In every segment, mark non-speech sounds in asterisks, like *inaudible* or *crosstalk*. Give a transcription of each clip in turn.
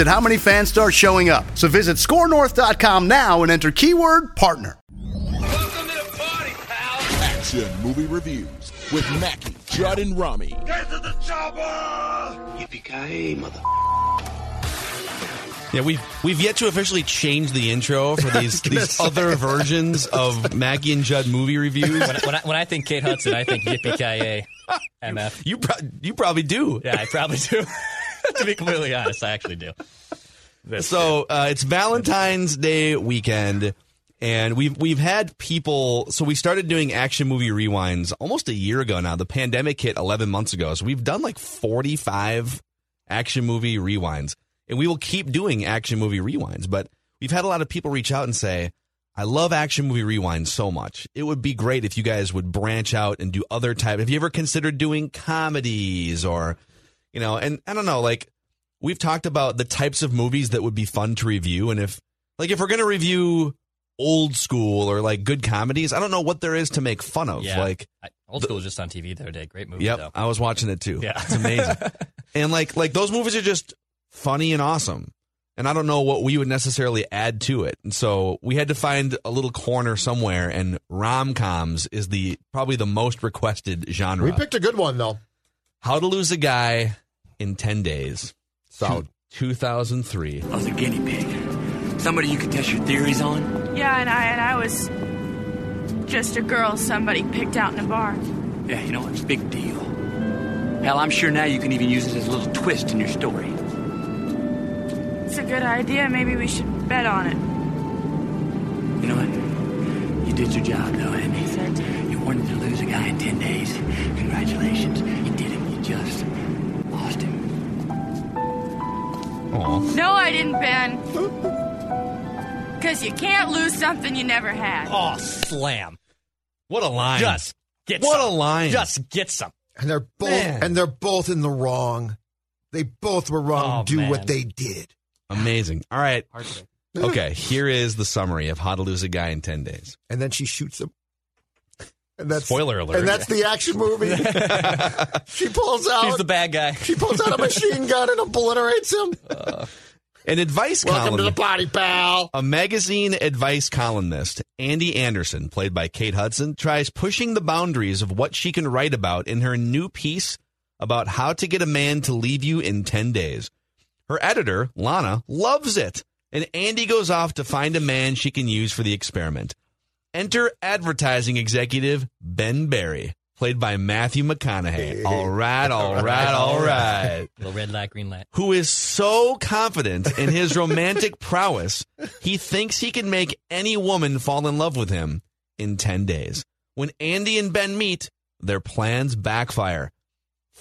at how many fans start showing up. So visit scorenorth.com now and enter keyword partner. Welcome to the party, pal. Action Movie Reviews with Mackie, Judd, and Rami. Get to the chopper. Yippee-ki-yay, mother. Yeah, we've we've yet to officially change the intro for these these other versions of Maggie and Judd movie reviews. when, I- when I, when I think Kate Hudson, I think Yippee Ki MF. You pro- you probably do. Yeah, I probably *laughs* do. to be completely honest, I actually do. So uh, it's Valentine's Day weekend, and we've we've had people. So we started doing action movie rewinds almost a year ago now. The pandemic hit eleven months ago, so we've done like forty five action movie rewinds, and we will keep doing action movie rewinds. But we've had a lot of people reach out and say. I love action movie rewinds so much. It would be great if you guys would branch out and do other type. Have you ever considered doing comedies or, you know, and I don't know, like we've talked about the types of movies that would be fun to review and if like if we're going to review old school or like good comedies i don't know what there is to make fun of Yeah. like I, old school was just on TV the other day. Great movie, yep though. i was watching it too Yeah. it's amazing *laughs* and like like those movies are just funny and awesome and i don't know what we would necessarily add to it and so we had to find a little corner somewhere and rom-coms is the probably the most requested genre We picked a good one though. how to lose a guy in 10 days Solid. 2003 I was a guinea pig. Somebody you could test your theories on. Yeah, and I and I was just a girl somebody picked out in a bar. Yeah, you know what? It's a big deal. Hell, I'm sure now you can even use it as a little twist in your story. It's a good idea. Maybe we should bet on it. You know what? You did your job, though, Yes, Andy. I did. You wanted to lose a guy in 10 days. Congratulations. You did it. You just lost him. Aw. No, I didn't, Ben. Because you can't lose something you never had. Oh, slam! what a line Just get What some. a line. Just get some. And they're both Man. and they're both in the wrong. They both were wrong. Oh, do man. what they did. Amazing. All right. *laughs* Heartbreak. Okay. Here is the summary of how to lose a guy in 10 days. And then she shoots him. And that's *laughs* Spoiler alert. *laughs* And that's the action movie. she pulls out He's the *laughs* bad guy. she pulls out a machine gun and obliterates him. An advice Welcome to the column. party, pal. A magazine advice columnist, Andy Anderson, played by Kate Hudson, tries pushing the boundaries of what she can write about in her new piece about how to get a man to leave you in 10 days. Her editor, Lana, loves it, and Andy goes off to find a man she can use for the experiment. Enter advertising executive Ben Barry, played by Matthew McConaughey. All right, all right, all right Little red light, green light. who is so confident in his romantic prowess, he thinks he can make any woman fall in love with him in 10 days. When Andy and Ben meet, their plans backfire.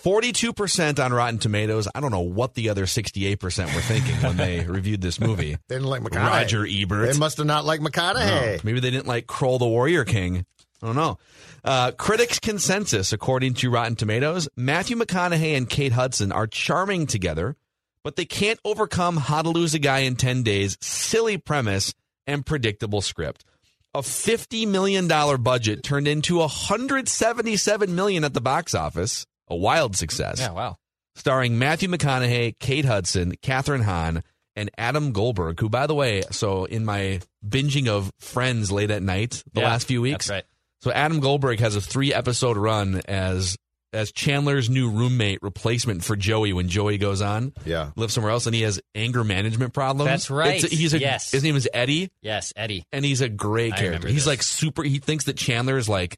42% on Rotten Tomatoes. I don't know what the other 68% were thinking when they reviewed this movie. They didn't like McConaughey. Roger Ebert. They must have not liked McConaughey. Oh, maybe they didn't like Kroll the Warrior King. I don't know. Uh, critics' consensus, according to Rotten Tomatoes, Matthew McConaughey and Kate Hudson are charming together, but they can't overcome How to Lose a Guy in 10 Days, silly premise, and predictable script. A $50 million budget turned into $177 million at the box office. A wild success Yeah, wow. starring Matthew McConaughey, Kate Hudson, Katherine Hahn, and Adam Goldberg, who, by the way, so in my binging of Friends late at night the Yeah, last few weeks, That's right. so Adam Goldberg has a three episode run as as Chandler's new roommate replacement for Joey when Joey goes on. Yeah. Lives somewhere else and he has anger management problems. That's right. It's- he's a, Yes. His name is Eddie Yes, Eddie. and he's a great I character. remember He's this. like super he thinks that Chandler is like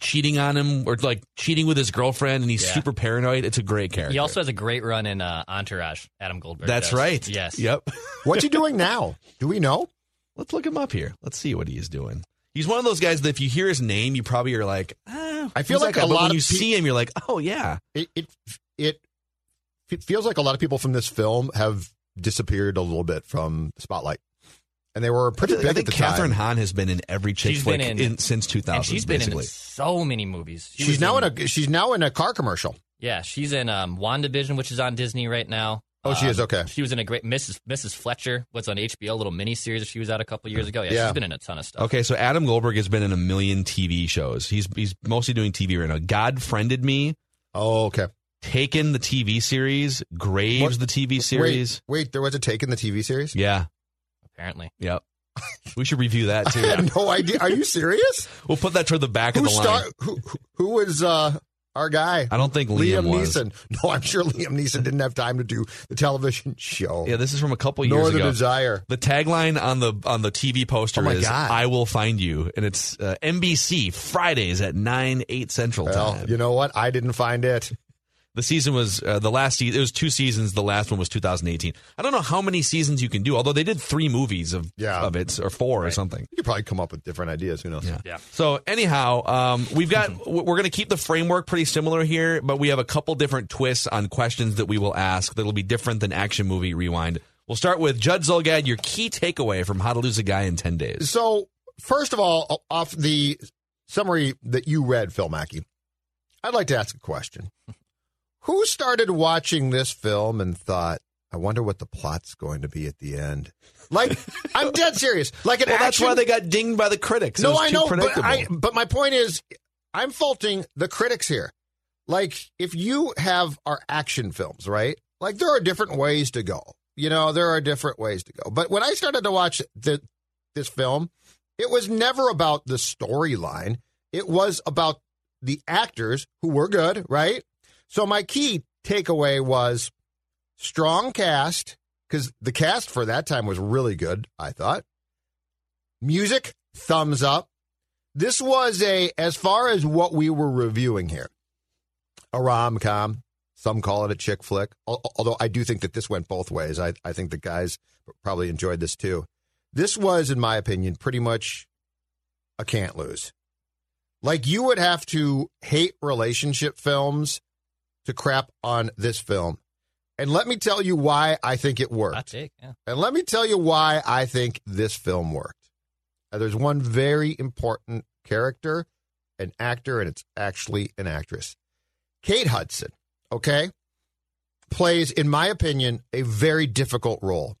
cheating on him or like cheating with his girlfriend and he's Yeah. super paranoid. It's a great character. He also has a great run in uh, Entourage. Adam Goldberg. That's does. right. Yes. Yep. *laughs* What's he doing now? Do we know? Let's look him up here. Let's see what he is doing. He's one of those guys that if you hear his name, you probably are like, ah, I feel who's like that guy? a But lot when of you peo- see him, you're like, oh yeah, It it it f- feels like a lot of people from this film have disappeared a little bit from spotlight, and they were pretty I big think, I think at the Catherine time. Hahn has been in every chick She's flick been in- in- since 2000. And she's been basically. in so many movies. She She's was now in a she's now in a car commercial. Yeah, she's in um, WandaVision, which is on Disney right now. Oh, Uh, she Um, is? Okay. She was in a great Mrs. Mrs. Fletcher was on HBO, a little miniseries that she was out a couple years ago. Yeah, Yeah. she's been in a ton of stuff. Okay, so Adam Goldberg has been in a million TV shows. He's he's mostly doing TV right now. God friended me, Oh, okay. Taken the TV series, Graves What? the TV series. Wait, wait, there was a take in the TV series. Yeah, Apparently, yep. *laughs* we should review that *laughs* *laughs* I too. had no idea. Are you serious? We'll put that toward the *laughs* back who of the line. star? Who who- who was uh, our guy? I don't think Liam, Liam, was. Neeson. *laughs* No, I'm sure Liam Neeson didn't have time to do the television *laughs* show. Yeah, this is from a couple years Nor the ago. desire. The tagline on the on the TV poster Oh my is God. "I will find you," and it's uh, NBC Fridays at nine eight Central Well, time. you know what? I didn't find it. the season was uh, the last season. It was two seasons. The last one was 2018. I don't know how many seasons you can do. Although they did three movies of Yeah. of it or four or something. You could probably come up with different ideas. Who knows? Yeah. So anyhow, um, we've got *laughs* w- we're going to keep the framework pretty similar here, but we have a couple different twists on questions that we will ask that'll be different than action movie rewind. We'll start with Judd Zolgad. Your key takeaway from How to Lose a Guy in Ten Days. So, first of all, off the summary that you read, Phil Mackey, I'd like to ask *laughs* a question. Who started watching this film and thought, I wonder what the plot's going to be at the end? Like, I'm dead serious. Like an Well, that's action why they got dinged by the critics. It No, was I too know, but predictable. I but my point is, I'm faulting the critics here. Like, if you have our action films, right? Like, there are different ways to go. You know, there are different ways to go. But when I started to watch the, this film, it was never about the storyline. It was about the actors who were good, right? So my key takeaway was strong cast because the cast for that time was really good. I thought music thumbs up. This was a as far as what we were reviewing here, a rom com. Some call it a chick flick. Al- Although I do think that this went both ways. I, I think the guys probably enjoyed this too. This was, in my opinion, pretty much a can't lose. Like you would have to hate relationship films to crap on this film. And let me tell you why I think it worked. hot take. Yeah. And let me tell you why I think this film worked. Uh, There's one very important character, an actor, and it's actually an actress. Kate Hudson, okay, plays, in my opinion, a very difficult role.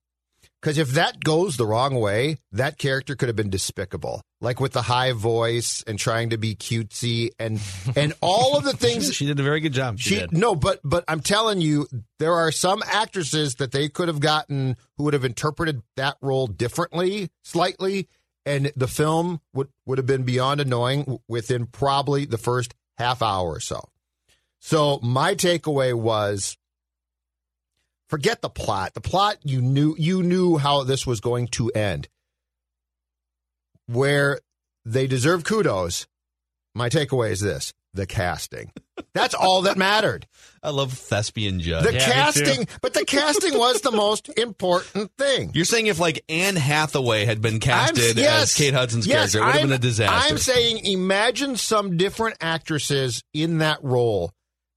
Because if that goes the wrong way, that character could have been despicable. Like with the high voice and trying to be cutesy and and all of the things she did a very good job. she no, but but I'm telling you, there are some actresses that they could have gotten who would have interpreted that role differently, slightly, and the film would would have been beyond annoying w- within probably the first half hour or so. So my takeaway was forget the plot. The plot you knew you knew how this was going to end. Where they deserve kudos, my takeaway is this the casting. That's all that mattered. I love thespian Judd. The Yeah, me casting, but the casting was the most important thing. You're saying if like Anne Hathaway had been casted as Kate Hudson's yes, character, it would have I'm- been a disaster. I'm saying imagine some different actresses in that role.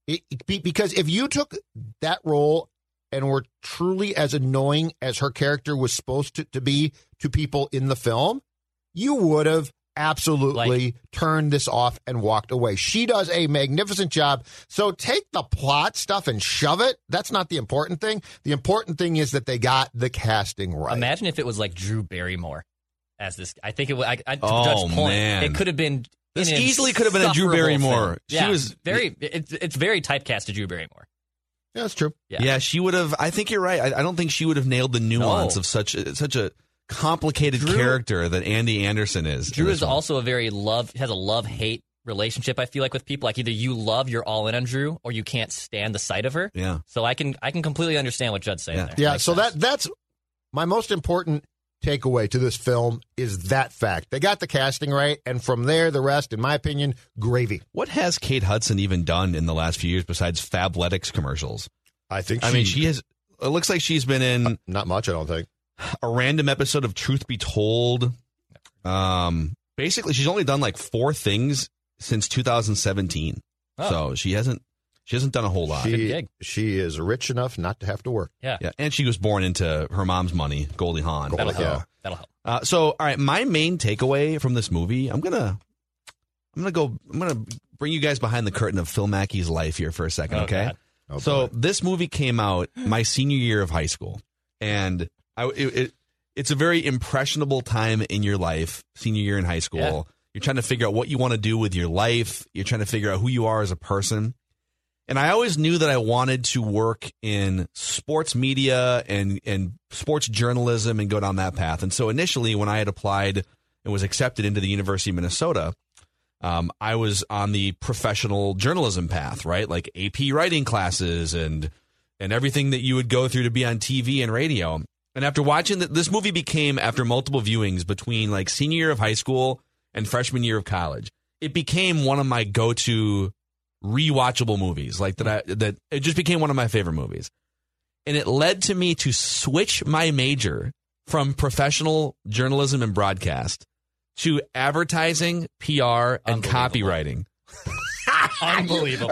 It- it be- because if you took that role and were truly as annoying as her character was supposed to, to be to people in the film, you would have absolutely turned this off and walked away. She does a magnificent job. So take the plot stuff and shove it. That's not the important thing. The important thing is that they got the casting right. Imagine if it was like Drew Barrymore as this. I think it was. I, I, to Oh, Judge's point, man. it could have been. This an easily could have been a Drew insufferable Barrymore. thing. She Yeah, was- very. It's it's very typecast to Drew Barrymore. yeah, that's true. yeah. she would have. I think you're right. I, I don't think she would have nailed the nuance No. of such a, such a complicated character that Andy Anderson is. in Drew this is one. also a very love has a love hate relationship. I feel like with people, like either you love you're all in on Drew, or you can't stand the sight of her. Yeah. So I can I can completely understand what Judd's saying. Yeah. there. Yeah. Makes So sense. that that's my most important takeaway to this film is that fact. They got the casting right, and from there, the rest, in my opinion, gravy. What has Kate Hudson even done in the last few years besides Fabletics commercials? I think. I mean, she has. It looks like she's been in not much. I don't think a random episode of Truth Be Told. Um, basically, she's only done like four things since 2017, Oh. so she hasn't she hasn't done a whole lot. Good she gig. she is rich enough not to have to work. yeah. yeah, and she was born into her mom's money, Goldie Hawn. Goldie That'll Like, help. yeah. That'll help. Uh, so, all right, my main takeaway from this movie, I'm gonna, I'm gonna go, I'm gonna bring you guys behind the curtain of Phil Mackey's life here for a second, Oh, okay? God. Oh, so this movie came out my senior year of high school, and I it, it it's a very impressionable time in your life, senior year in high school. Yeah. You're trying to figure out what you want to do with your life. You're trying to figure out who you are as a person. And I always knew that I wanted to work in sports media and and sports journalism and go down that path. And so initially, when I had applied and was accepted into the University of Minnesota, um, I was on the professional journalism path, right? Like AP writing classes and and everything that you would go through to be on TV and radio. And after watching that, this movie became after multiple viewings between like senior year of high school and freshman year of college, it became one of my go-to rewatchable movies. Like that, I, that it just became one of my favorite movies, and it led to me to switch my major from professional journalism and broadcast to advertising, PR, and Unbelievable. copywriting. Unbelievable.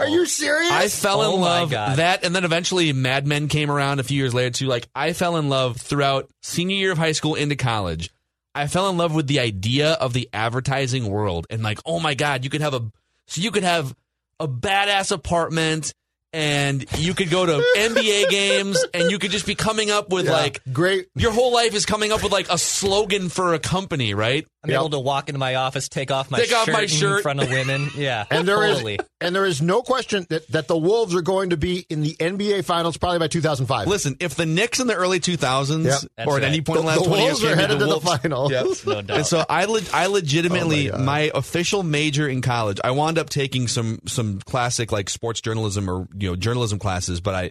*laughs* Are you *laughs* serious? I fell Oh in my love God. that, and then eventually Mad Men came around a few years later too. Like I fell in love throughout senior year of high school into college. I fell in love with the idea of the advertising world, and like, oh my god, you could have a so you could have a badass apartment, and you could go *laughs* to NBA games, and you could just be coming up with Yeah. like great. your whole life is coming up with like a slogan for a company, right? I'm able to walk into my office, take off my Take off shirt my shirt. in front *laughs* of women. Yeah. And there is totally. and there is no question that, that the Wolves are going to be in the NBA Finals probably by 2005. Listen, if the Knicks in the early 2000s Yep. That's or at right. any point in the The- last the 20 Wolves years, are came to headed to the Wolves- finals. Yep. No doubt. And so I, le- I legitimately, Oh my, my official major in college, I wound up taking some some classic like sports journalism or you know journalism classes, but I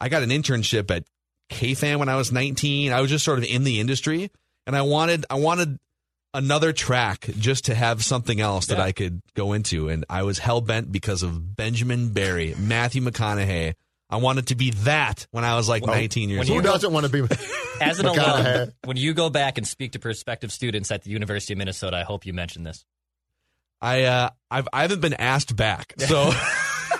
I got an internship at KFan when I was 19. I was just sort of in the industry, and I wanted I wanted another track just to have something else that Yeah. I could go into, and I was hell bent because of Benjamin Barry, Matthew McConaughey. I wanted to be that when I was like 19 years when old. *laughs* Who you go- doesn't want to be? As an McConaughey. alum, when you go back and speak to prospective students at the University of Minnesota, I hope you mention this. I uh, I've I haven't been asked back, *laughs* so *laughs*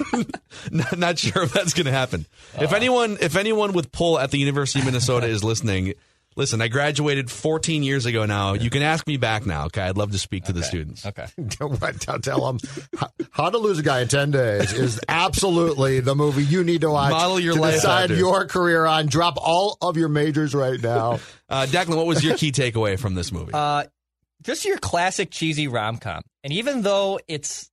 not, not sure if that's going to happen. Oh. if anyone if anyone with pull at the University of Minnesota is listening, listen, I graduated 14 years ago. Now you can ask me back now. Okay, I'd love to speak to the students. Okay. what, *laughs* tell, tell them how, how to lose a guy in 10 days is absolutely the movie you need to watch Model your to life decide after. your career on drop all of your majors right now Uh, Declan, what was your key takeaway from this movie? Uh, just your classic cheesy rom com. And even though it's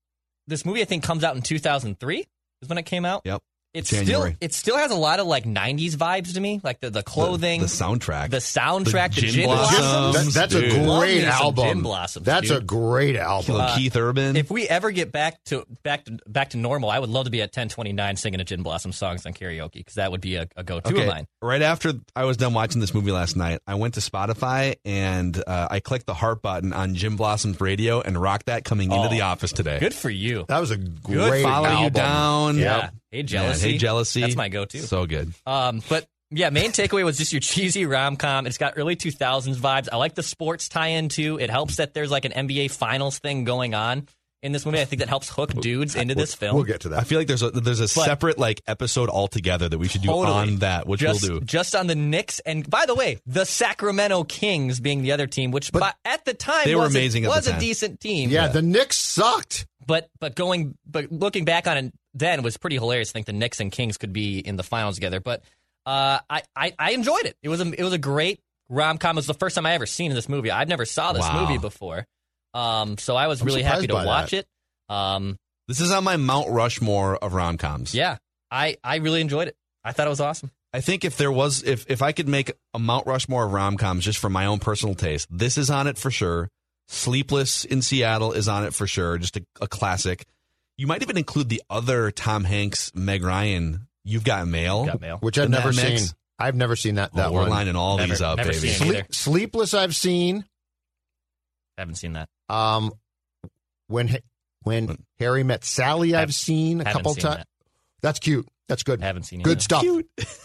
this movie, I think comes out in 2003 is when it came out. Yep. It's January. still it still has a lot of like 90s vibes to me, like the the clothing, the, soundtrack, the soundtrack, the, Gin gin Blossoms. blossoms. That- that's a dude. Love me great some album Gin Blossoms, that's dude. a great album Little Keith Urban. uh, If we ever get back to back to back to normal, I would love to be at 1029 singing a Gin Blossom songs on karaoke because that would be a, a go to of mine. Right after I was done watching this movie last night, I went to Spotify and uh, I clicked the heart button on Jim Blossom's radio and rocked that coming into Oh, the office today. Good for you. that was a Good great follow album you down. Yeah. Hey jealousy. Man, hey jealousy. That's my go to. So good. Um, but yeah, main takeaway was just your cheesy rom com. It's got early 2000s vibes. I like the sports tie in too. It helps that there's like an NBA finals thing going on in this movie. I think that helps hook dudes into this film. we'll get to I that feel like there's a there's a separate like episode altogether that we should do Totally. on that, which just, we'll do. just on the Knicks, and by the way, the Sacramento Kings being the other team, which by, at the time They were was a- amazing at the was time. a decent team. yeah the Knicks sucked but but going but looking back on it then was pretty hilarious. I think the Knicks and Kings could be in the finals together. But uh, I, I I enjoyed it. It was a it was a great rom com. It was the first time I ever seen this movie. I've never saw this Wow. movie before. Um, so I was I'm really surprised happy to by watch that. it. Um, This is on my Mount Rushmore of rom coms. yeah, I I really enjoyed it. I thought it was awesome. I think if there was if if I could make a Mount Rushmore of rom coms just for my own personal taste, this is on it for sure. Sleepless in Seattle is on it for sure. Just a, a classic. You might even include the other Tom Hanks, Meg Ryan. You've got mail, Got Mail. which I've in that never mix. seen. I've never seen that. Oh, That we're one. lining all Never- these up, never baby. seen it. Sleep- either. Sleepless. I've seen. Haven't seen that. Um, when Ha- when Harry met Sally, I've seen a Haven't couple seen times. that. That's cute. That's good. Haven't seen good either. stuff.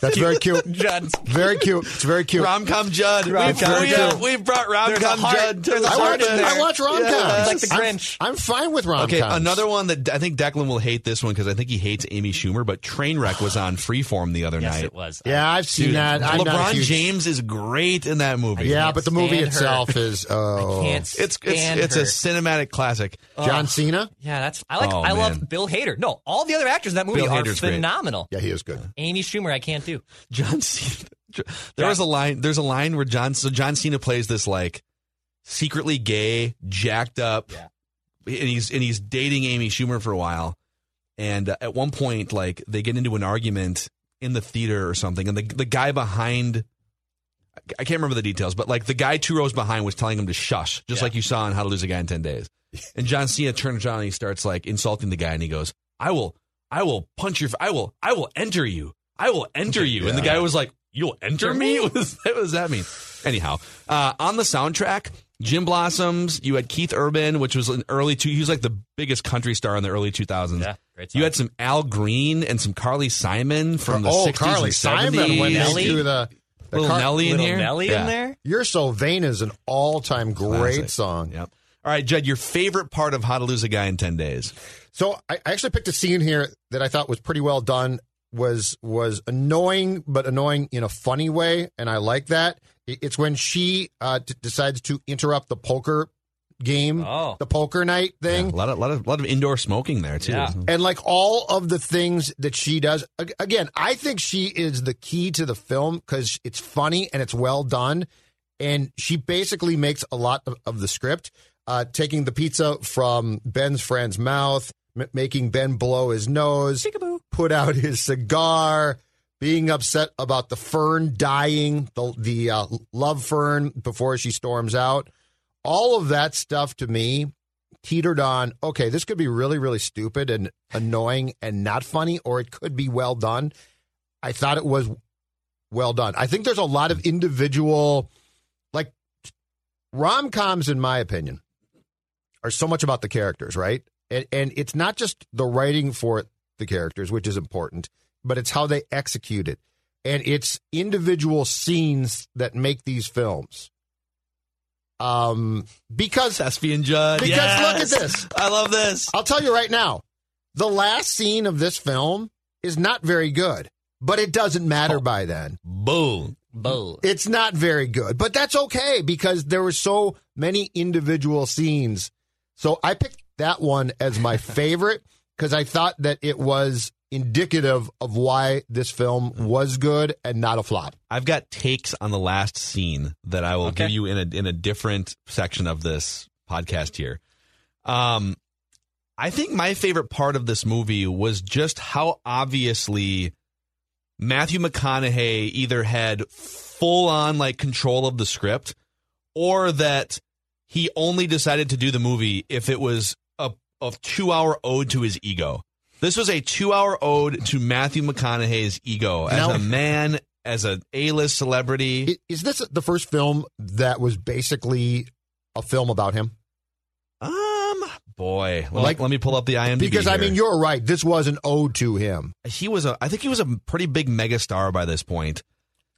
That's very cute. *laughs* Judd's Very cute. It's very cute. Rom com Judd. we've, Rom-com we Judd. have- we've brought rom There's a com heart. Judd to There's the a I heart watch, in there. I watch rom coms. Yes. It's like the Grinch. I'm, I'm fine with rom coms. Okay, another one that I think Declan will hate this one because I think he hates Amy Schumer, but Trainwreck was on Freeform the other Yes, night. it was. Yeah, I've seen Dude, that. I'm not LeBron a huge, James is great in that movie. Yeah, can't but the movie stand her. itself is. Oh, I can't It's it's stand it's her. a cinematic classic. John Cena. Yeah, that's I like. Oh, I man. love Bill Hader. No, all the other actors in that movie Bill are Hader's great. phenomenal. Yeah, he is good. Amy Schumer, I can't do. John Cena. *laughs* There was a line. There's a line where John. So John Cena plays this like secretly gay, jacked up, and he's and he's dating Amy Schumer for a while. And uh, at one point, like they get into an argument in the theater or something, and the the guy behind. I can't remember the details, but like the guy two rows behind was telling him to shush, just like you saw in How to Lose a Guy in Ten Days. And John Cena turns around and he starts like insulting the guy, and he goes, "I will, I will punch your, I will, I will enter you, I will enter you." And the guy was like, "You'll enter me? *laughs* What does what does that mean?" Anyhow, uh, on the soundtrack, Jim Blossoms. You had Keith Urban, which was an early two. He was like the biggest country star in the early two thousands. Yeah, great. You had some Al Green and some Carly Simon from the oh, 60s Carly and 70s. Simon when they Nelly? do the, the Little Car- Nelly in little here. Nelly Yeah. in there. You're so vain is an all time great Classic. song. Yep. All right, Judd, your favorite part of How to Lose a Guy in 10 Days. So I I actually picked a scene here that I thought was pretty well done. Was was annoying, but annoying in a funny way, and I like that. I- It's when she uh, d- decides to interrupt the poker game, Oh. the poker night Yeah, a thing, lot of, lot of, lot of indoor smoking there, too. Yeah. and like all of the things that she does. Ag- Again, I think she is the key to the film because it's funny and it's well done, and she basically makes a lot of, of the script, uh, taking the pizza from Ben's friend's mouth, m- making Ben blow his nose put out his cigar, being upset about the fern dying, the the uh, love fern before she storms out. All of that stuff to me teetered on. Okay, this could be really really stupid and annoying and not funny, or it could be well done. I thought it was well done. I think there's a lot of individual, like rom coms, in my opinion, are so much about the characters, right? And, and it's not just the writing for the characters, which is important, but it's how they execute it. And it's individual scenes that make these films. Um, because Thespian Judd. Because yes! look at this. I love this. I'll tell you right now, the last scene of this film is not very good, but it doesn't matter Oh. by then. Boom. Bull. It's not very good, but that's okay because there were so many individual scenes. So I picked that one *laughs* as my favorite because I thought that it was indicative of why this film Mm-hmm. was good and not a flop. I've got takes on the last scene that I will Okay. give you in a in a different section of this podcast here. Um I think my favorite part of this movie was just how obviously Matthew McConaughey either had full on like control of the script or that he only decided to do the movie if it was a, a two hour ode to his ego. This was a two hour ode to Matthew McConaughey's ego as Now- a man, as an A list celebrity. I- Is this the first film that was basically a film about him? um, boy, let, Like- me, let me pull up the IMDb. Because I here. mean, you're right. This was an ode to him. he was a, I think he was a pretty big megastar by this point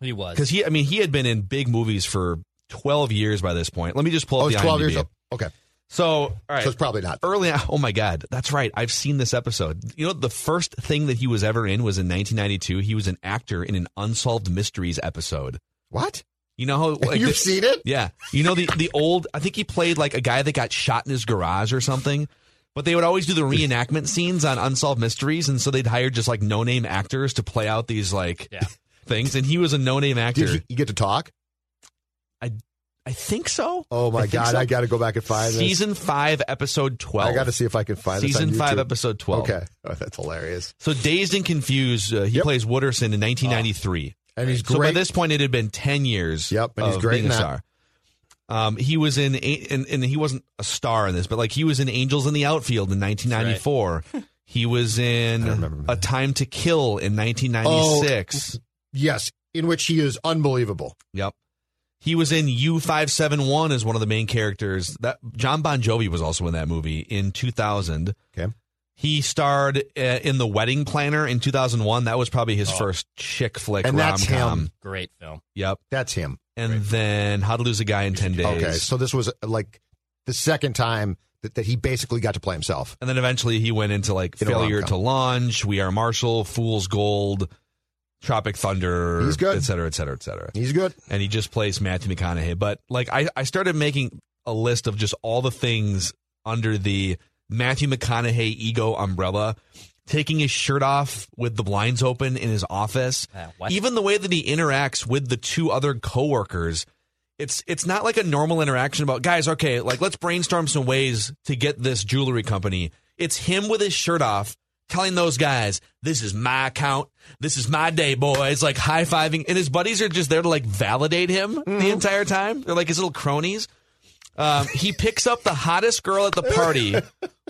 He was. because he, I mean, he had been in big movies for twelve years by this point. Let me just pull Oh, up it's the 12 IMDb. years old. Okay, So, all right, so it's probably not. early on, oh my god that's right i've seen this episode you know the first thing that he was ever in was in 1992 he was an actor in an unsolved mysteries episode What? you know how like, *laughs* You've the- *laughs* seen it? yeah you know the the old i think he played like a guy that got shot in his garage or something but they would always do the reenactment scenes on unsolved mysteries and so they'd hire just like no-name actors to play out these like Yeah. *laughs* things and he was a no-name actor Did you, you get to talk? i think so Oh my I think god, so. I got to go back and find this. season 5 episode 12 I got to see if I can find this on season 5 YouTube. episode 12 Okay, *laughs* oh, that's hilarious. So dazed and confused, uh, he Yep. Ah. plays Wooderson in 1993. And he's So by great. this point, it had been 10 years. Yep, and he's of great being in a that. star. Um, he was in, a- and, and he wasn't a star in this, but like he was in Angels in the Outfield in *laughs* 1994. he was in A Time to Kill in 1996. Oh. yes, in which he is unbelievable. Yep. He was in U571 as one of the main characters. That John Bon Jovi was also in that movie in 2000. Okay. He starred uh, in The Wedding Planner in 2001. That was probably his first chick flick Oh. And rom that's com. him. Great film. Yep. That's him. And then How to Lose a Guy in 10 Days. Okay, so this was uh, like the second time that, that he basically got to play himself. And then eventually he went into like In a Failure rom-com. to Launch, We Are Marshall, Fool's Gold, Tropic Thunder, He's good. et cetera, et cetera, et cetera. He's good. and he just plays Matthew McConaughey. But like I, I started making a list of just all the things under the Matthew McConaughey ego umbrella, taking his shirt off with the blinds open in his office. Uh, what? Even the way that he interacts with the two other coworkers, it's it's not like a normal interaction about guys, okay, like let's brainstorm some ways to get this jewelry company. It's him with his shirt off telling those guys, this is my account. This is my day, boys. Like high fiving. And his buddies are just there to like validate him Mm-hmm. the entire time. They're like his little cronies. Um, he picks up the hottest girl at the *laughs* party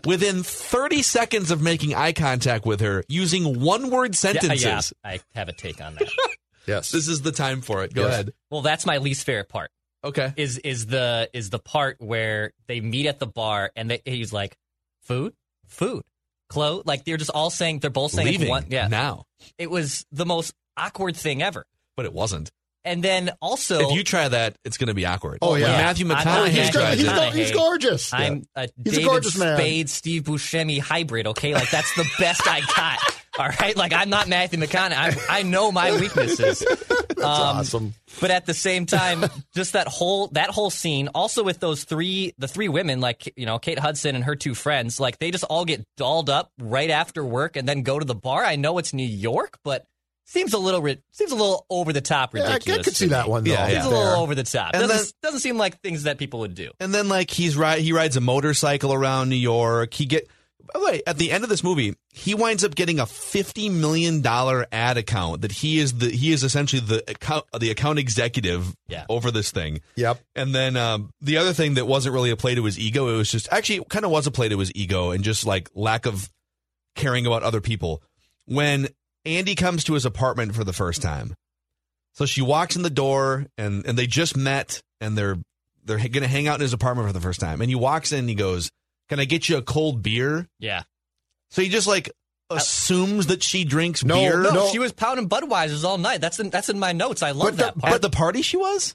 within 30 seconds of making eye contact with her using one word Yeah, yeah, sentences. I have a take on that. *laughs* Yes. This is the time for it. Go Yes. ahead. well, that's my least favorite part. Okay. Is is the is the part where they meet at the bar and they, he's like, food, food, clothes. Like they're just all saying they're both saying it's Leaving one. Yeah, now, it was the most awkward thing ever. but it wasn't. And then also, if you try that, it's going to be awkward. Oh, yeah. When Matthew I'm- McConaughey he's, Yeah, good. tries He's, it. go- he's Yeah. gorgeous. I'm a He's a David gorgeous man. Spade, Steve Buscemi hybrid. Okay, like that's the best I got. *laughs* All right, like I'm not Matthew McConaughey. I, I know my weaknesses. *laughs* Um, That's awesome. but at the same time, just that whole that whole scene, also with those three the three women, like you know Kate Hudson and her two friends, like they just all get dolled up right after work and then go to the bar. I know it's New York, but seems a little ri- seems a little over the top Yeah, I ridiculous. could- could to see me. that one though. Yeah, Seems yeah. a little There. over the top. And Doesn't, then- doesn't seem like things that people would do. And then like he's ri he rides a motorcycle around New York. He get by the way, at the end of this movie, he winds up getting a fifty million dollar ad account that he is the he is essentially the account the account executive Yeah. over this thing. Yep. And then um, the other thing that wasn't really a play to his ego, it was just actually kind of was a play to his ego and just like lack of caring about other people. When Andy comes to his apartment for the first time, so she walks in the door and and they just met and they're they're gonna hang out in his apartment for the first time. And he walks in and he goes, "Can I get you a cold beer?" Yeah. So he just like assumes that she drinks No, beer. Uh, No, No. she was pounding Budweisers all night. That's in, that's in my notes. I But love that the, part. but the party she was.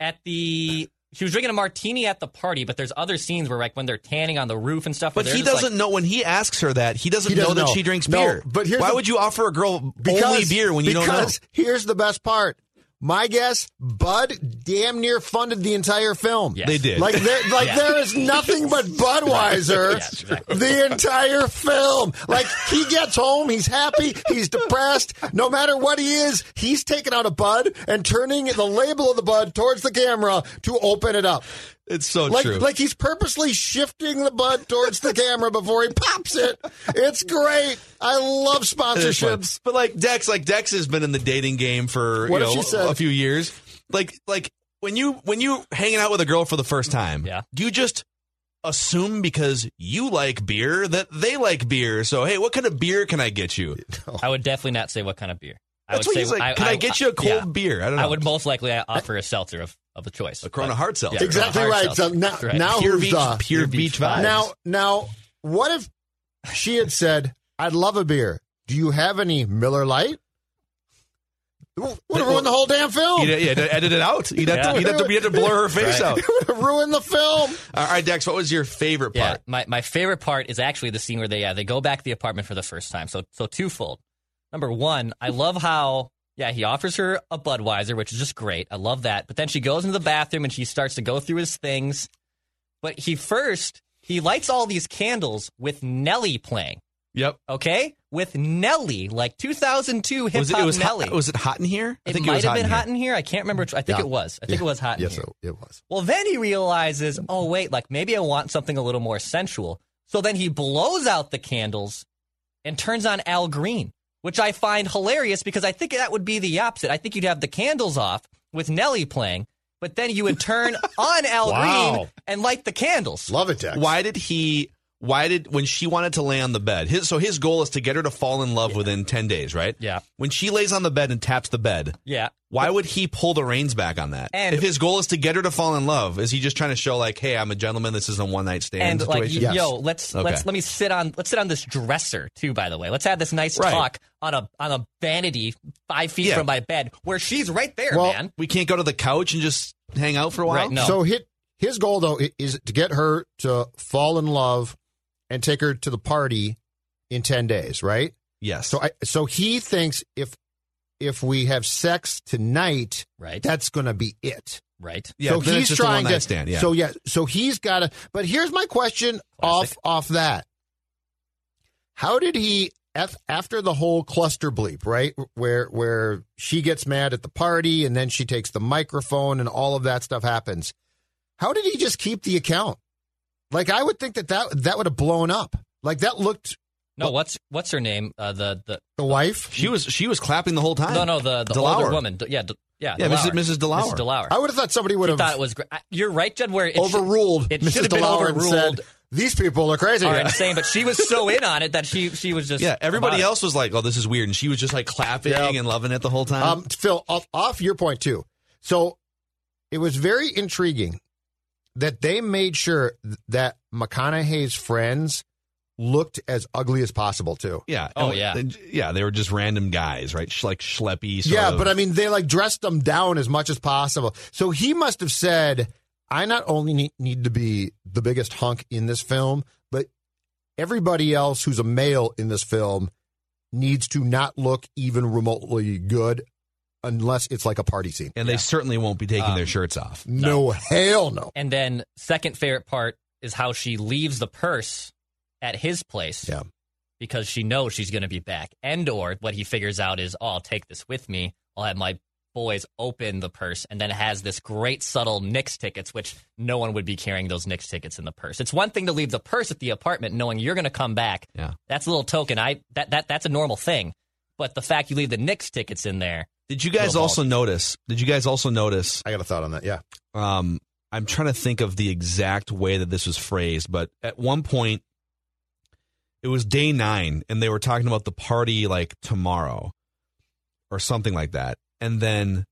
at the she was drinking a martini at the party, but there's other scenes where like when they're tanning on the roof and stuff. where But they're he just, like- doesn't know when he asks her that he doesn't, He doesn't know that know. she drinks No, beer. but here's why the- would you offer a girl only beer when you don't know? because here's the best part. My guess, Bud damn near funded the entire film. *laughs* Yes. They did. Like there, like Yeah. there is nothing but Budweiser Yeah, exactly. the entire film. Like he gets home, he's happy, he's depressed. No matter what he is, he's taking out a Bud and turning the label of the Bud towards the camera to open it up. *laughs* it's so Like, true. *laughs* like he's purposely shifting the Bud towards the camera before he pops it. It's great. I It love is fun. sponsorships. But like Dex, like Dex has been in the dating game for you What if know she said- a few years. Like like when you when you hanging out with a girl for the first time, Yeah. do you just assume because you like beer that they like beer? So hey, what kind of beer can I get you? I would definitely not say what kind of beer. I That's would what say he's like. can I, get you a cold yeah. beer? I don't know. I would most likely offer a seltzer of, of a choice. a Corona But- hard seltzer. Yeah, Exactly hard right. seltzer. So now- That's right. now Pure who's beach, the- pure beach vibes. Now, now, what if she had said, "I'd love a beer. Do you have any Miller Light?" Would have ruined the whole damn film. you'd, you'd edit it out. You'd have, Oh. Yeah. to, you'd have to you'd have to blur her face out. *laughs* It would have ruined the film. All right, Dex, what was your favorite Yeah, part? my, my favorite part is actually the scene where they yeah they go back to the apartment for the first time. So so twofold. Number one, I love how yeah he offers her a Budweiser, which is just great. I love that. But then she goes into the bathroom and she starts to go through his things. But he first he lights all these candles with Nelly playing. Yep. Okay, with Nelly like 2002 hip Was it, it hop was Nelly. hot, was it hot in here? I it think might it was have hot been in hot here. in here. I can't remember. Which, I think Yeah. it was. I think Yeah. it was hot. in Yes, here. it, it was. Well, then he realizes, oh, wait, like maybe I want something a little more sensual. So then he blows out the candles and turns on Al Green, which I find hilarious because I think that would be the opposite. I think you'd have the candles off with Nelly playing, But then you *laughs* would turn on Al Wow. Green and light the candles. Love it, Dex. Why did he? Why did when she wanted to lay on the bed? His, so his goal is to get her to fall in love within ten days, right? Yeah. When she lays on the bed and taps the bed, Yeah. why would he pull the reins back on that? And- if his goal is to get her to fall in love, is he just trying to show like, hey, I'm a gentleman. This is a one night stand and like situation. y- yo let's let's let me sit on let's sit on this dresser too by the way let's have this nice Right. talk on a on a vanity five feet Yeah. from my bed where she's right there man we can't go to the couch and just hang out for a while. Right, no. So hit, his goal, though, i- is to get her to fall in love and take her to the party in 10 days, right? Yes. So I, so he thinks if if we have sex tonight, right that's going to be it. right Yeah, so then he's it's just a trying one-night to stand, yeah. So yeah, so he's got to. But here's my question off off that. How did he af- after the whole cluster bleep, right? Where where she gets mad at the party and then she takes the microphone and all of that stuff happens. How did he just keep the account? Like I would think that that, that would have blown up. Like that looked no what's what's her name uh, the the the wife. She was she was clapping the whole time. no no the the Delauer. older woman D- yeah D- yeah Yeah, Mrs. Delauer. Mrs. Delauer. Mrs. Delauer I would have thought somebody would She have thought it was great you're right Jed where it *laughs* should- overruled it should Mrs. have been DeLauer and overruled said these people are crazy. are insane but she was so in on it that she she was just Yeah, everybody about it. else was like, "Oh, this is weird," and she was just like clapping Yeah. and loving it the whole time. Um, Phil, off, off your point too. So it was very intriguing that they made sure th- that McConaughey's friends looked as ugly as possible too. yeah. oh, And- yeah. and- yeah. They were just random guys, right? Sh- like schleppy. Sort Yeah, of- but I mean, they like dressed them down as much as possible. So he must have said, "I not only need, need to be the biggest hunk in this film, but everybody else who's a male in this film needs to not look even remotely good, unless it's like a party scene." and they certainly won't be taking Um, their shirts off. No, hell no. And then second favorite part is how she leaves the purse at his place. Yeah. Because she knows she's going to be back. And or what he figures out is, oh, I'll take this with me. I'll have my boys open the purse and then it has this great subtle Knicks tickets, which no one would be carrying those Knicks tickets in the purse. It's one thing to leave the purse at the apartment knowing you're going to come back. Yeah. That's a little token. I that, that that's a normal thing. But the fact you leave the Knicks tickets in there, Did you guys Little also notice? Did you guys also notice? I got a thought on that. Yeah. Um, I'm trying to think of the exact way that this was phrased, but at one point, it was day nine, and they were talking about the party like tomorrow, or something like that, and then.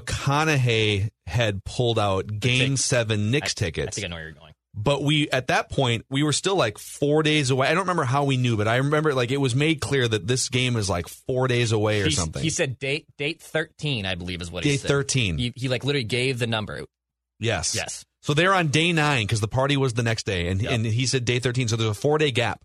McConaughey had pulled out Game tick- Seven Knicks I, tickets. I think I know where you're going. but we at that point we were still like four days away. I don't remember how we knew, but I remember like it was made clear that this game is like four days away or He- something. He said date date thirteen, I believe, is what day he said. thirteen. He, he like literally gave the number. yes. Yes. So they're on day nine because the party was the next day, and Yep. and he said day thirteen. So there's a four day gap.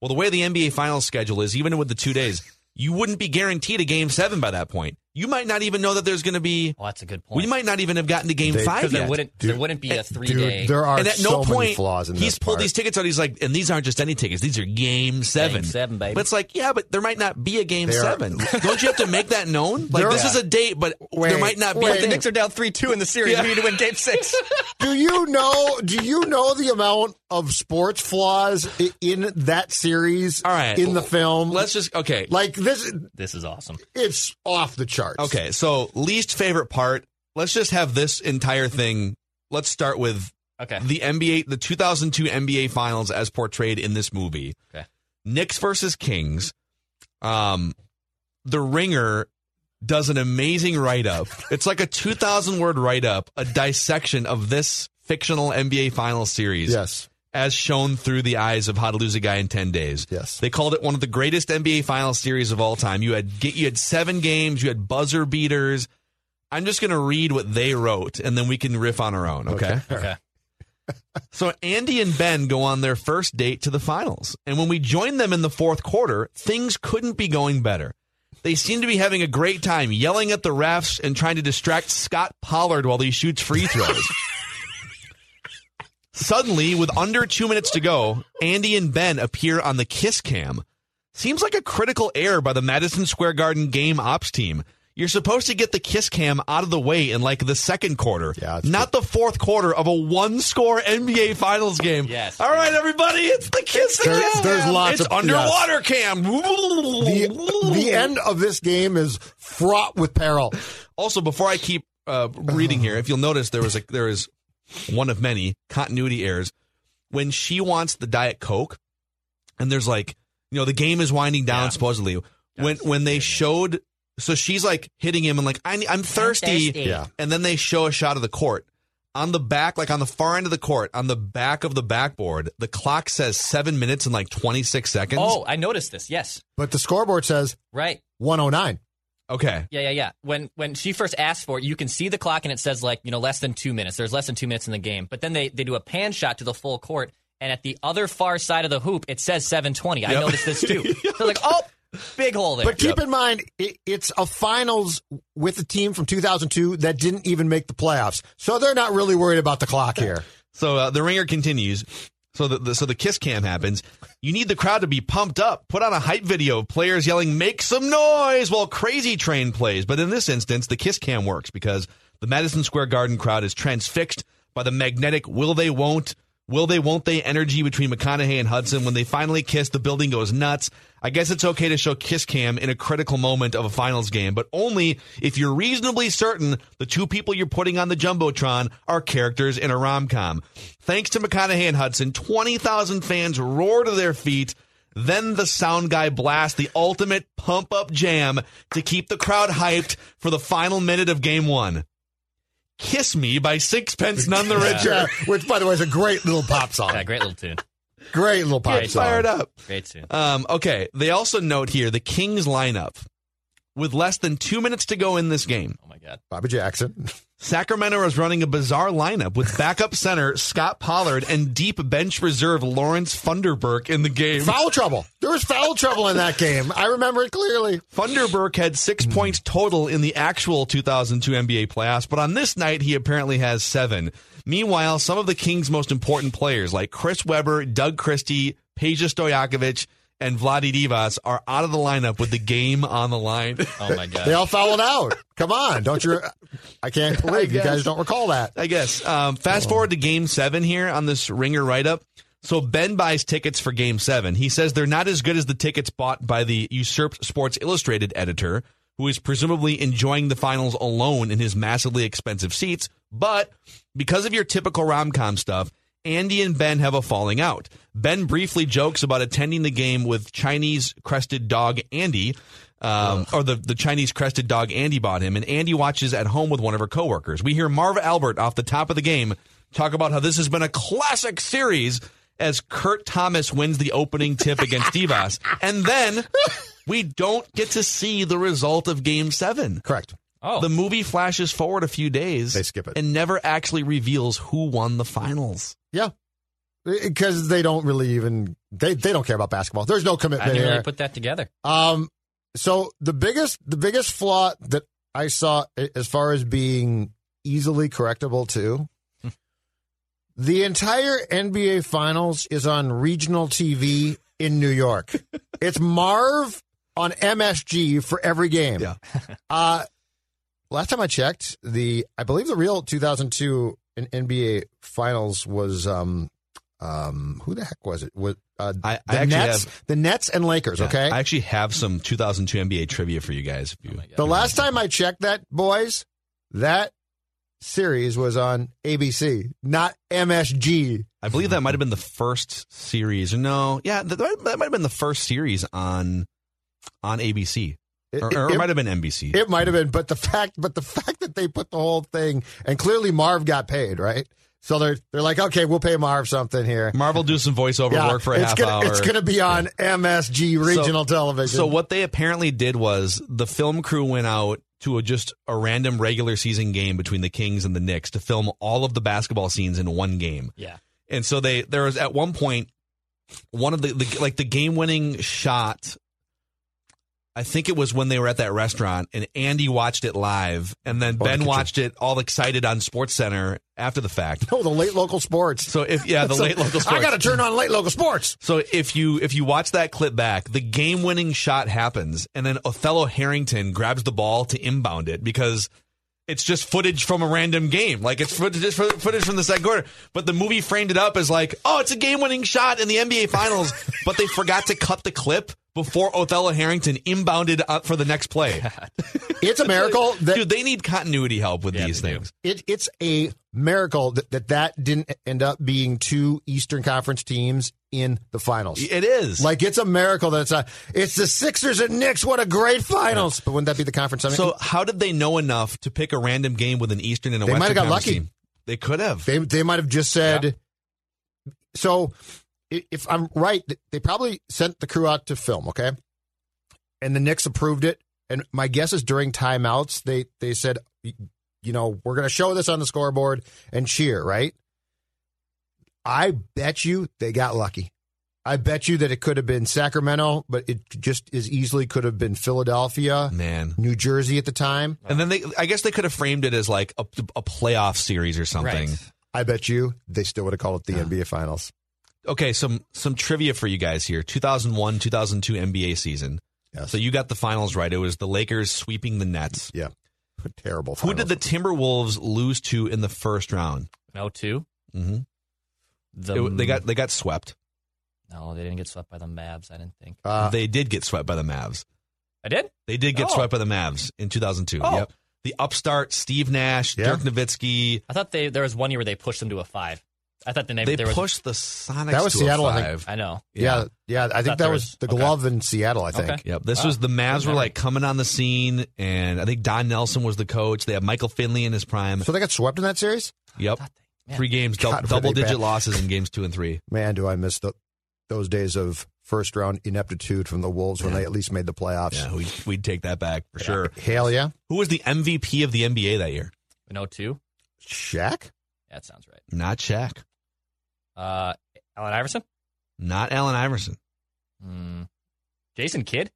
Well, the way the NBA Finals schedule is, even with the two *laughs* days, you wouldn't be guaranteed a game seven by that point. You might not even know that there's going to be. Oh, that's a good point. We might not even have gotten to game They- five because there yet. wouldn't there wouldn't be a three Dude, day. there are and at so no many point flaws in he's this pulled part. these tickets out. He's like, and these aren't just any tickets; these are Game Seven. seven, baby. But it's like, yeah, but there might not be a Game They are- *laughs* Seven. Don't you have to make that known? Like They're- this is a date, but there Wait, might not be. wait, a the thing. Knicks are down three two in the series. Yeah. We need to win game six. Do you know? Do you know the amount of sports flaws i- in that series? All right. in the film, Let's just okay. like this. this is awesome. It's off the charts. Okay, so least favorite part. Let's just have this entire thing. Let's start with Okay. the NBA, the 2002 NBA Finals as portrayed in this movie. Okay. Knicks versus Kings. Um, the Ringer does an amazing write up. It's like a 2,000 word write up, a dissection of this fictional NBA Finals series Yes. as shown through the eyes of How to Lose a Guy in 10 Days. Yes. They called it one of the greatest NBA Finals series of all time. You had get, you had 7 games, you had buzzer beaters. I'm just going to read what they wrote and then we can riff on our own, okay? Okay. *laughs* So Andy and Ben go on their first date to the finals. And when we joined them in the fourth quarter, things couldn't be going better. They seem to be having a great time yelling at the refs and trying to distract Scott Pollard while he shoots free *laughs* throws. Suddenly, with under two minutes to go, Andy and Ben appear on the kiss cam. Seems like a critical error by the Madison Square Garden game ops team. You're supposed to get the kiss cam out of the way in like the second quarter, Yeah, that's not the fourth quarter of a one score NBA Finals game. Yes. All right, everybody, it's the kiss There- cam. there's lots it's of- underwater cam. The, the end of this game is fraught with peril. Also, before I keep uh, reading here, if you'll notice, there was a there is one of many continuity errors when she wants the diet coke, and there's like you know the game is winding down supposedly. When when they showed, so she's like hitting him and like I, ne- I'm thirsty, thirsty. Yeah. and then they show a shot of the court. On the back, like on the far end of the court, on the back of the backboard, the clock says seven minutes and like twenty six seconds. Oh, I noticed this. Yes. But the scoreboard says Right. 109. Okay. Yeah, yeah, yeah. When when she first asked for it, you can see the clock and it says like, you know, less than two minutes. There's less than two minutes in the game. But then they, they do a pan shot to the full court and at the other far side of the hoop it says seven twenty. I Yep. noticed this *laughs* too. so like, oh big hole there. But keep in mind, it, it's a finals with a team from 2002 that didn't even make the playoffs. So they're not really worried about the clock here. So uh, the ringer continues. So the, the so the kiss cam happens. You need the crowd to be pumped up. Put on a hype video of players yelling "Make some noise" while Crazy Train plays. But in this instance, the kiss cam works because the Madison Square Garden crowd is transfixed by the magnetic "Will they won't." Will they won't they energy between McConaughey and Hudson when they finally kiss the building goes nuts. I guess it's okay to show kiss cam in a critical moment of a finals game, but only if you're reasonably certain the two people you're putting on the jumbotron are characters in a rom-com. Thanks to McConaughey and Hudson, 20,000 fans roar to their feet. Then the sound guy blasts the ultimate pump up jam to keep the crowd hyped for the final minute of game 1. Kiss Me by Sixpence None the Richer. *laughs* Yeah, which, by the way, is a great little pop song. Yeah, great little tune. Great little pop Get song. fired up. Great *laughs* tune. Um, okay. They also note here the Kings lineup with less than two minutes to go in this game. Oh my god. Bobby Jackson. Sacramento is running a bizarre lineup with backup center Scott Pollard and deep bench reserve Lawrence Funderburk in the game. Foul trouble. There was foul trouble in that game. I remember it clearly. Funderburk had Hmm. six points total in the actual 2002 NBA playoffs, but on this night he apparently has seven. Meanwhile, some of the Kings' most important players, like Chris Webber, Doug Christie, Peja Stojakovic, and Vladi Divas, are out of the lineup with the game on the line. Oh my god. They all fouled out. Come on. Don't you? I can't believe you guys don't recall that. I guess. Um, fast forward to game seven here on this ringer write up. So Ben buys tickets for game seven. He says they're not as good as the tickets bought by the usurped Sports Illustrated editor, who is presumably enjoying the finals alone in his massively expensive seats. But because of your typical rom com stuff, Andy and Ben have a falling out. Ben briefly jokes about attending the game with Chinese crested dog Andy, um, or the, the Chinese crested dog Andy bought him, and Andy watches at home with one of her coworkers. We hear Marva Albert off the top of the game talk about how this has been a classic series as Kurt Thomas wins the opening tip against *laughs* Divas. And then we don't get to see the result of game seven. Correct. Oh. The movie flashes forward a few days. They skip it. And never actually reveals who won the finals. Yeah. Because they don't really even they, they don't care about basketball. There's no I commitment didn't here. really put that together. Um, so the biggest the biggest flaw that I saw a- as far as being easily *laughs* correctable too, the entire NBA Finals is on regional TV in New York. *laughs* it's Marv on MSG for every game. Yeah. *laughs* uh, last time I checked, the I believe the real 2002 in- NBA Finals was um um who the heck was it? Was uh, I- I the actually Nets the Nets and Lakers? okay, I actually have some 2002 NBA trivia for you guys. If you, the last time I checked that, boys, that series was on ABC, not MSG. I believe that might have been the first series. No, yeah, that, that might have been the first series on on ABC, It, or, or it, might have been NBC. it might have been, but the *laughs* fact, but the fact that they put the whole thing, and clearly Marv got paid, right? So they're they're like, okay, we'll pay Marv something here. Marvel do some voiceover work for a it's half gonna, hour. It's going to be on MSG regional So- television. So what they apparently did was the film crew went out to a, just a random regular season game between the Kings and the Knicks to film all of the basketball scenes in one game. Yeah. And so they there was at one point one of the, the like the game winning shot. I think it was when they were at that restaurant and Andy watched it live and then the Ben kitchen. watched it all excited on Sports Center after the *laughs* fact. Oh, the late local sports. So if yeah, the So late local sports. I got to turn on late *laughs* local sports. So if you if you watch that clip back, the game winning shot happens, and then Othello Harrington grabs the ball to inbound it because it's just footage from a random game, like it's footage, just fo- footage from the second quarter. But the movie framed it up as like, oh, it's a game winning shot in the NBA Finals, but they forgot to cut the clip before Othello Harrington inbounded up for the next play. it's a miracle that dude. They need continuity help with these things. It, it's a miracle that, that that didn't end up being two Eastern Conference teams in the finals. It is like it's a miracle that it's a, it's the Sixers and Knicks. What a great finals! But wouldn't that be the conference? semi- So how did they know enough to pick a random game with an Eastern and a They Western might have got Conference lucky. team? They could have. They they might have just said. So, i- if I'm right, th- they probably sent the crew out to film. Okay, and the Knicks approved it. And my guess is during timeouts, they they said, y- you know, we're going to show this on the scoreboard and cheer. Right? I bet you they got lucky. I bet you that it could have been Sacramento, but it just as easily could have been Philadelphia, man, New Jersey at the time. And then they, I guess they could have framed it as like a, a playoff series or something. I bet you they still would have called it the NBA Finals. Okay, some some trivia for you guys here. 2001, 2002 NBA season. So you got the finals right. It was the Lakers sweeping the Nets. Yeah. Terrible. Who did the Timberwolves lose to in the first round? No two. Mm-hmm. The- Um, they got they got swept. No, they didn't get swept by the Mavs. I didn't think. uh, they did get swept by the Mavs. I did. They did get Oh. swept by the Mavs in 2002. Oh. Yep. The upstart Steve Nash, Dirk Nowitzki. I thought they there was one year where they pushed them to a five. I thought the name They there was- pushed the Sonics. That was to Seattle, A I think. five. I know. Yeah, yeah. I think Thought that there was was- the okay. glove in Seattle. I think. Okay. Yep. This Wow. was the Mavs were Remember. like coming on the scene, and I think Don Nelson was the coach. They had Michael Finley in his prime. So they got swept in that series. Yep. Three games, dou- God, were they double digit bad. losses in games two and *laughs* three. Man, do I miss the, those days of first round ineptitude from the Wolves when they at least made the playoffs. Yeah, we, we'd take that back for sure. Hell yeah, Who was the MVP of the NBA that year? No two. Shaq. That sounds right. Not Shaq. Uh, Allen Iverson. Not Allen Iverson. Mm. Jason Kidd.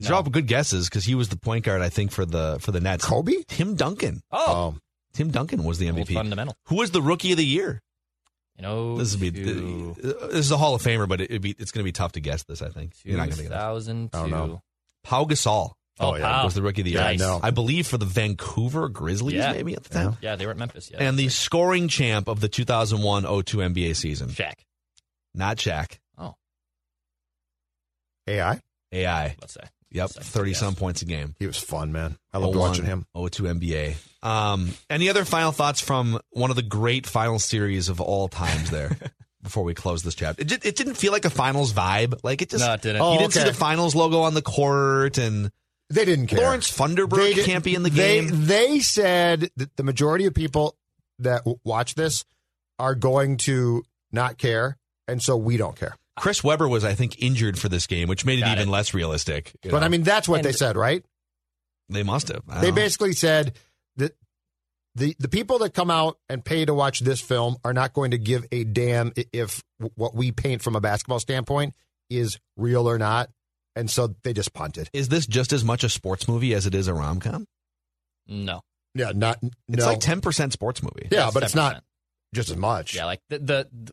These are all good guesses because he was the point guard, I think, for the for the Nets. Kobe. Tim Duncan. Oh, Um, Tim Duncan was the old MVP. fundamental. Who was the rookie of the year? You know, This would be uh, this is a Hall of Famer, but it, it'd be, it's going to be tough to guess this. I think you're not going to guess. 2002. I don't know. Pau Gasol. Oh, Oh, yeah. Pau. was the rookie of the year. Yeah, I know. I believe for the Vancouver Grizzlies, Yeah. maybe at the time. Yeah, they were at Memphis. Yeah, And the scoring champ of the 2001-02 NBA season, Shaq. not Shaq. AI. AI. Let's say. Yep, Second thirty some guess. points a game. He was fun, man. I loved 01, watching him. 02 NBA. Um, any other final thoughts from one of the great final series of all times? *laughs* There. Before we close this chapter, it, di- it didn't feel like a finals vibe. Like it just No, it didn't. Oh, you didn't see okay. the finals logo on the court, and They didn't care. Lawrence They Funderburg didn't- can't be in the they- game. They, said that the majority of people that w- watch this are going to not care, and so we don't care. Chris Webber was, I think, injured for this game, which made it Got even it. less realistic. you But know. I mean, that's what And- they said, right? they must have. I They don't know. basically said that the the people that come out and pay to watch this film are not going to give a damn i- if what we paint from a basketball standpoint is real or not, and so they just punted. is this just as much a sports movie as it is a rom com? No. Yeah, not It's no. like ten percent sports movie. yeah, but it's 10%. not just as much. Yeah, like the, the, the-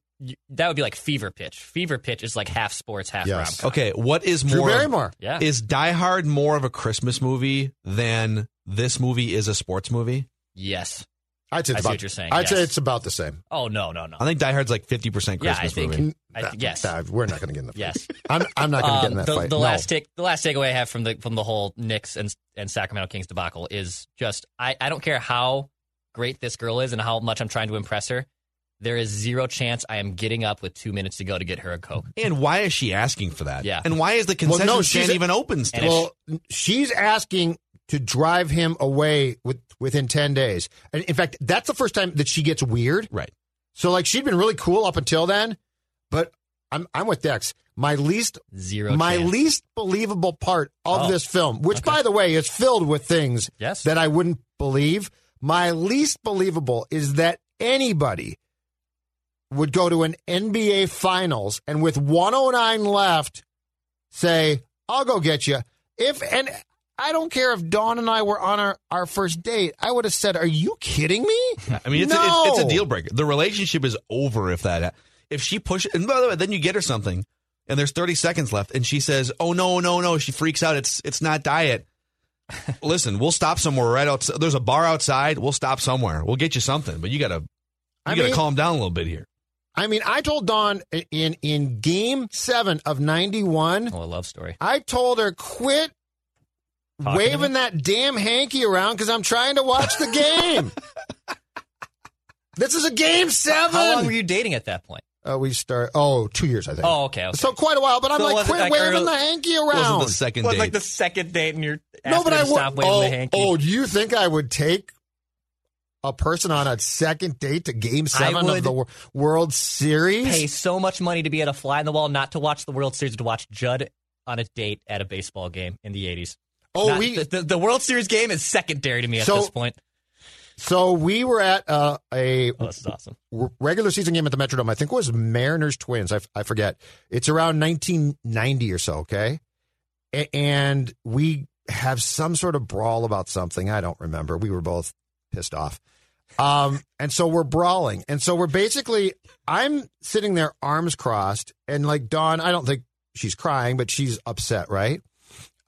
that would be like Fever Pitch. Fever Pitch is like half sports, half Yes. rom. Okay, what is Drew more? of- Barrymore. Yeah. Is Die Hard more of a Christmas movie than this movie is a sports movie? yes. I'd say I it's see about, what you're saying, I'd say yes. it's about the same. Oh no, no, no. I think Die Hard's like fifty percent Yeah, I Christmas think- movie. I Nah, th- yes. nah, we're not going to get in the. Yes. I'm, I'm not going to get in Um, that the fight. the No. last take, the last takeaway I have from the from the whole Knicks and and Sacramento Kings debacle is just I I don't care how great this girl is and how much I'm trying to impress her. There is zero chance I am getting up with two minutes to go to get her a coke. And why is she asking for that? Yeah. And why is the no, concession she's stand a- even open still? And if well, she's asking to drive him away with, within 10 days. And in fact, that's the first time that she gets weird. right. So, like, she'd been really cool up until then, but I'm, I'm with Dex. My least, Zero. my chance. least believable part of Oh. this film, which, by the way, is filled with things Yes. that I wouldn't believe. My least believable is that anybody would go to an NBA Finals and with 109 left say, I'll go get you. If and I don't care if Dawn and I were on our, our first date, I would have said, Are you kidding me? *laughs* I mean, it's, No. a, it's, it's a deal breaker. The relationship is over if that if she pushes. And by the way, then you get her something, and there's 30 seconds left, and she says, "Oh no, no, no!" She freaks out. It's it's not *laughs* diet. Listen, we'll stop somewhere right outside. There's a bar outside. We'll stop somewhere. We'll get you something, but you gotta you I gotta mean- calm down a little bit here. I mean, I told Dawn in in Game Seven of '91. Oh, a love story. I told her quit Talking waving that damn hanky around because I'm trying to watch the *laughs* game. this is a Game Seven. How long were you dating at that point? Uh, we start. Oh, two years, I think. Oh, okay. okay. So quite a while, but I'm So it like, wasn't quit like waving early- the hanky around. the second Was date. like the second date, and you're no, but I I would. stop waving oh, the hanky. oh, do you think I would take a person on a second date to Game Seven of would the Wor- World Series? Pay so much money to be at a fly in the wall, not to watch the World Series, to watch Judd on a date at a baseball game in the '80s. Oh, Not- we- the, the, the World Series game is secondary to me at So- this point. So we were at uh, a Oh, this is awesome. r- regular season game at the Metrodome. I think it was Mariners Twins. I, f- I forget. It's around 1990 or so. Okay, A- and we have some sort of brawl about something. I don't remember. We were both pissed off. Um, and so we're brawling, and so we're basically. I'm sitting there, arms crossed, and like Dawn. I don't think she's crying, but she's upset, right?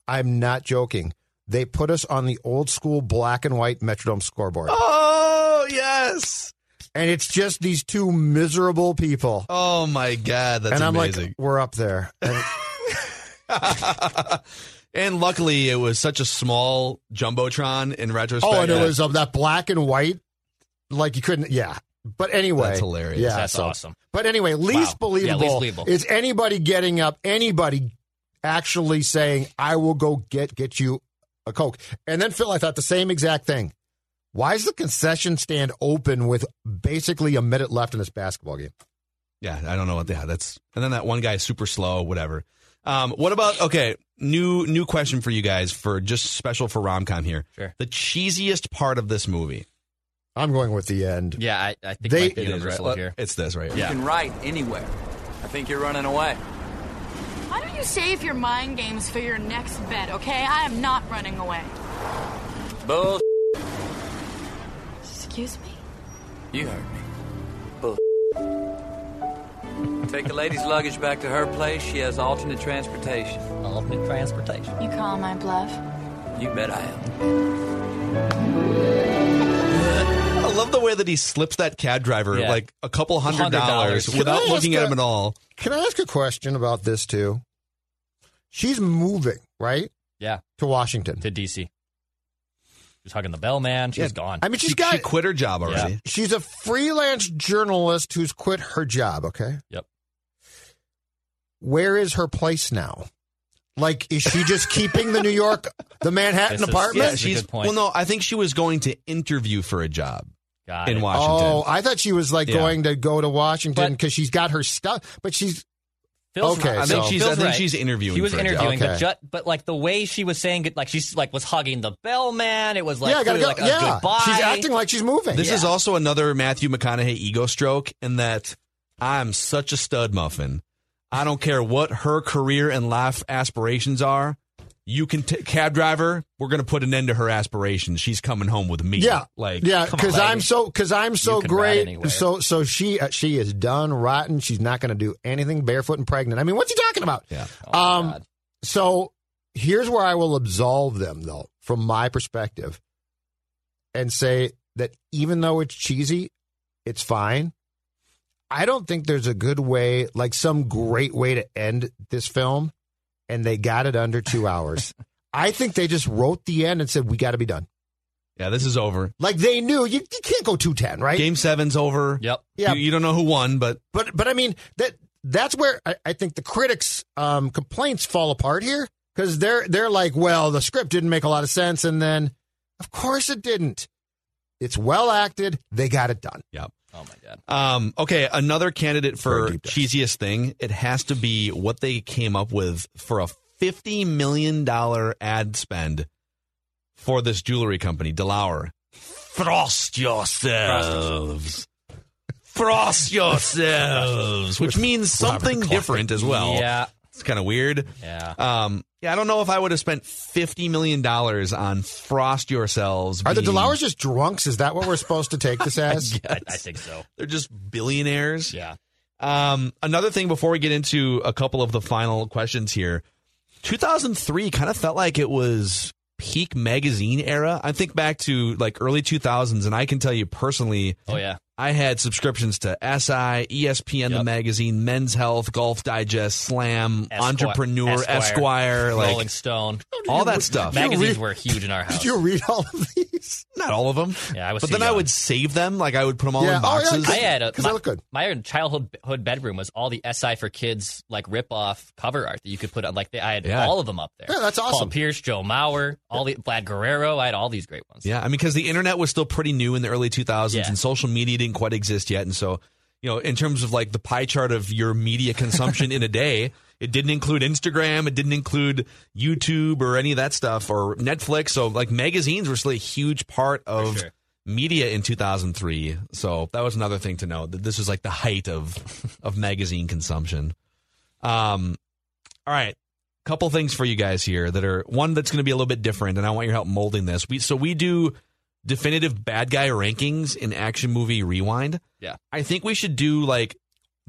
I'm not joking. They put us on the old school black and white Metrodome scoreboard Oh yes. and it's just these two miserable people. Oh my god, that's and I'm amazing. like, we're up there. And *laughs* and luckily, it was such a small jumbotron. In retrospect, oh, and it that- was of that black and white, like you couldn't. Yeah, but anyway, That's hilarious. Yeah, That's so- awesome. But anyway, least Wow. Yeah, least believable believable. is anybody getting up, anybody actually saying, "I will go get get you a coke." And then Phil, I thought the same exact thing. Why is the concession stand open with basically a minute left in this basketball game? Yeah, I don't know what. Yeah, that's and then that one guy is super slow, whatever. Um, what about okay? New new question for you guys for just special for romcom here. Sure. The cheesiest part of this movie. I'm going with the end. Yeah, I, I think They- might be It is, universal Well, here. It's this right. here. Yeah. You can write anywhere. I think you're running away. Why don't you save your mind games for your next bet, okay? I am not running away. Bull. Excuse me? You heard me. Bull. Take the lady's luggage back to her place. She has alternate transportation. Alternate transportation. You call my bluff? You bet I am. I love the way that he slips that cab driver Yeah. like a couple hundred Hundred dollars. dollars Can without I ask looking at a- him at all. Can I ask a question about this too? She's moving, right? Yeah, To Washington. to DC. She was hugging the bell man. She was gone. I mean, she's She, got she quit her job already. Yeah. she's a freelance journalist who's quit her job, okay? Yep. Where is her place now? Like is she just keeping the New York the Manhattan This is- apartment? Yeah, That's a she's good point. well. No, I think she was going to interview for a job Got in it. Washington. Oh, I thought she was like Yeah. going to go to Washington But- because she's got her stuff, but she's Phil's okay, right. I think so- she's. I Phil's think right. she's interviewing. She was for a job. interviewing, Okay. but ju- but like the way she was saying it, like she's like was hugging the bellman. It was like yeah, I gotta really, go. like a yeah, goodbye. she's acting like she's moving. This is also another Matthew McConaughey ego stroke in that I'm such a stud muffin. I don't care what her career and life aspirations are. You can t- cab driver. We're gonna put an end to her aspirations. She's coming home with me. Yeah, like yeah, come because on. I'm so because I'm so can ride great. anywhere. So so she uh, she is done rotten. She's not going to do anything barefoot and pregnant. I mean, what's he talking about? Yeah. Oh, my um. God. So here's where I will absolve them though, from my perspective, and say that even though it's cheesy, it's fine. I don't think there's a good way, like some great way to end this film, and they got it under two hours. I think they just wrote the end and said we got to be done. Yeah, this is over. Like they knew you, you can't go two ten, right? Game seven's over. Yep. Yeah. You, you don't know who won, but But but I mean that that's where I, I think the critics' um, complaints fall apart here because they're they're like, well, the script didn't make a lot of sense, and then of course it didn't. It's well acted. They got it done. Oh my god. Um, okay, another candidate for Very deep dive. cheesiest thing, it has to be what they came up with for a $50 million ad spend for this jewelry company, DeLauer. Frost yourselves. *laughs* Frost yourselves, which means something different as well. Yeah. It's kind of weird. Yeah. Um, yeah, I don't know if I would have spent $50 million on Frost yourselves. Are the being- *laughs* DeLauers just drunks? Is that what we're supposed to take this as? I, I think so. They're just billionaires. Yeah. Um, another thing before we get into a couple of the final questions here, 2003 kind of felt like it was peak magazine era. I think back to like early 2000s, and I can tell you personally, Oh yeah. I had subscriptions to E SI, ESPN, the magazine, Men's Health, Golf Digest, Slam, *laughs* Esquire- Entrepreneur, Esquire, like Rolling Stone, all that stuff. Magazines were *laughs* huge in our house. you read all of these? Not all of them. Yeah, I was. But too then I young. would save them, like I would put them all Oh, in boxes. I had a, my, look good. my childhood hood bedroom was all the SI for kids like rip off cover art that you could put on. Like they, I had Yeah. all of them up there. Yeah, that's Paul awesome. Pierce, Joe Mauer, all the Vlad Guerrero. I had all these great ones. Yeah, I mean, because the internet was still pretty new in the early 2000s, Yeah. and social media didn't quite exist yet. And so, you know, in terms of like the pie chart of your media consumption in a day, it didn't include Instagram, it didn't include YouTube or any of that stuff or Netflix. So, like, magazines were still a huge part of. Media in 2003, so that was another thing to know. That this was like the height of of magazine consumption. Um, all right. Couple things for you guys here that are one that's going to be a little bit different, and I want your help molding this. We so we do definitive bad guy rankings in action movie rewind. Yeah. I think we should do like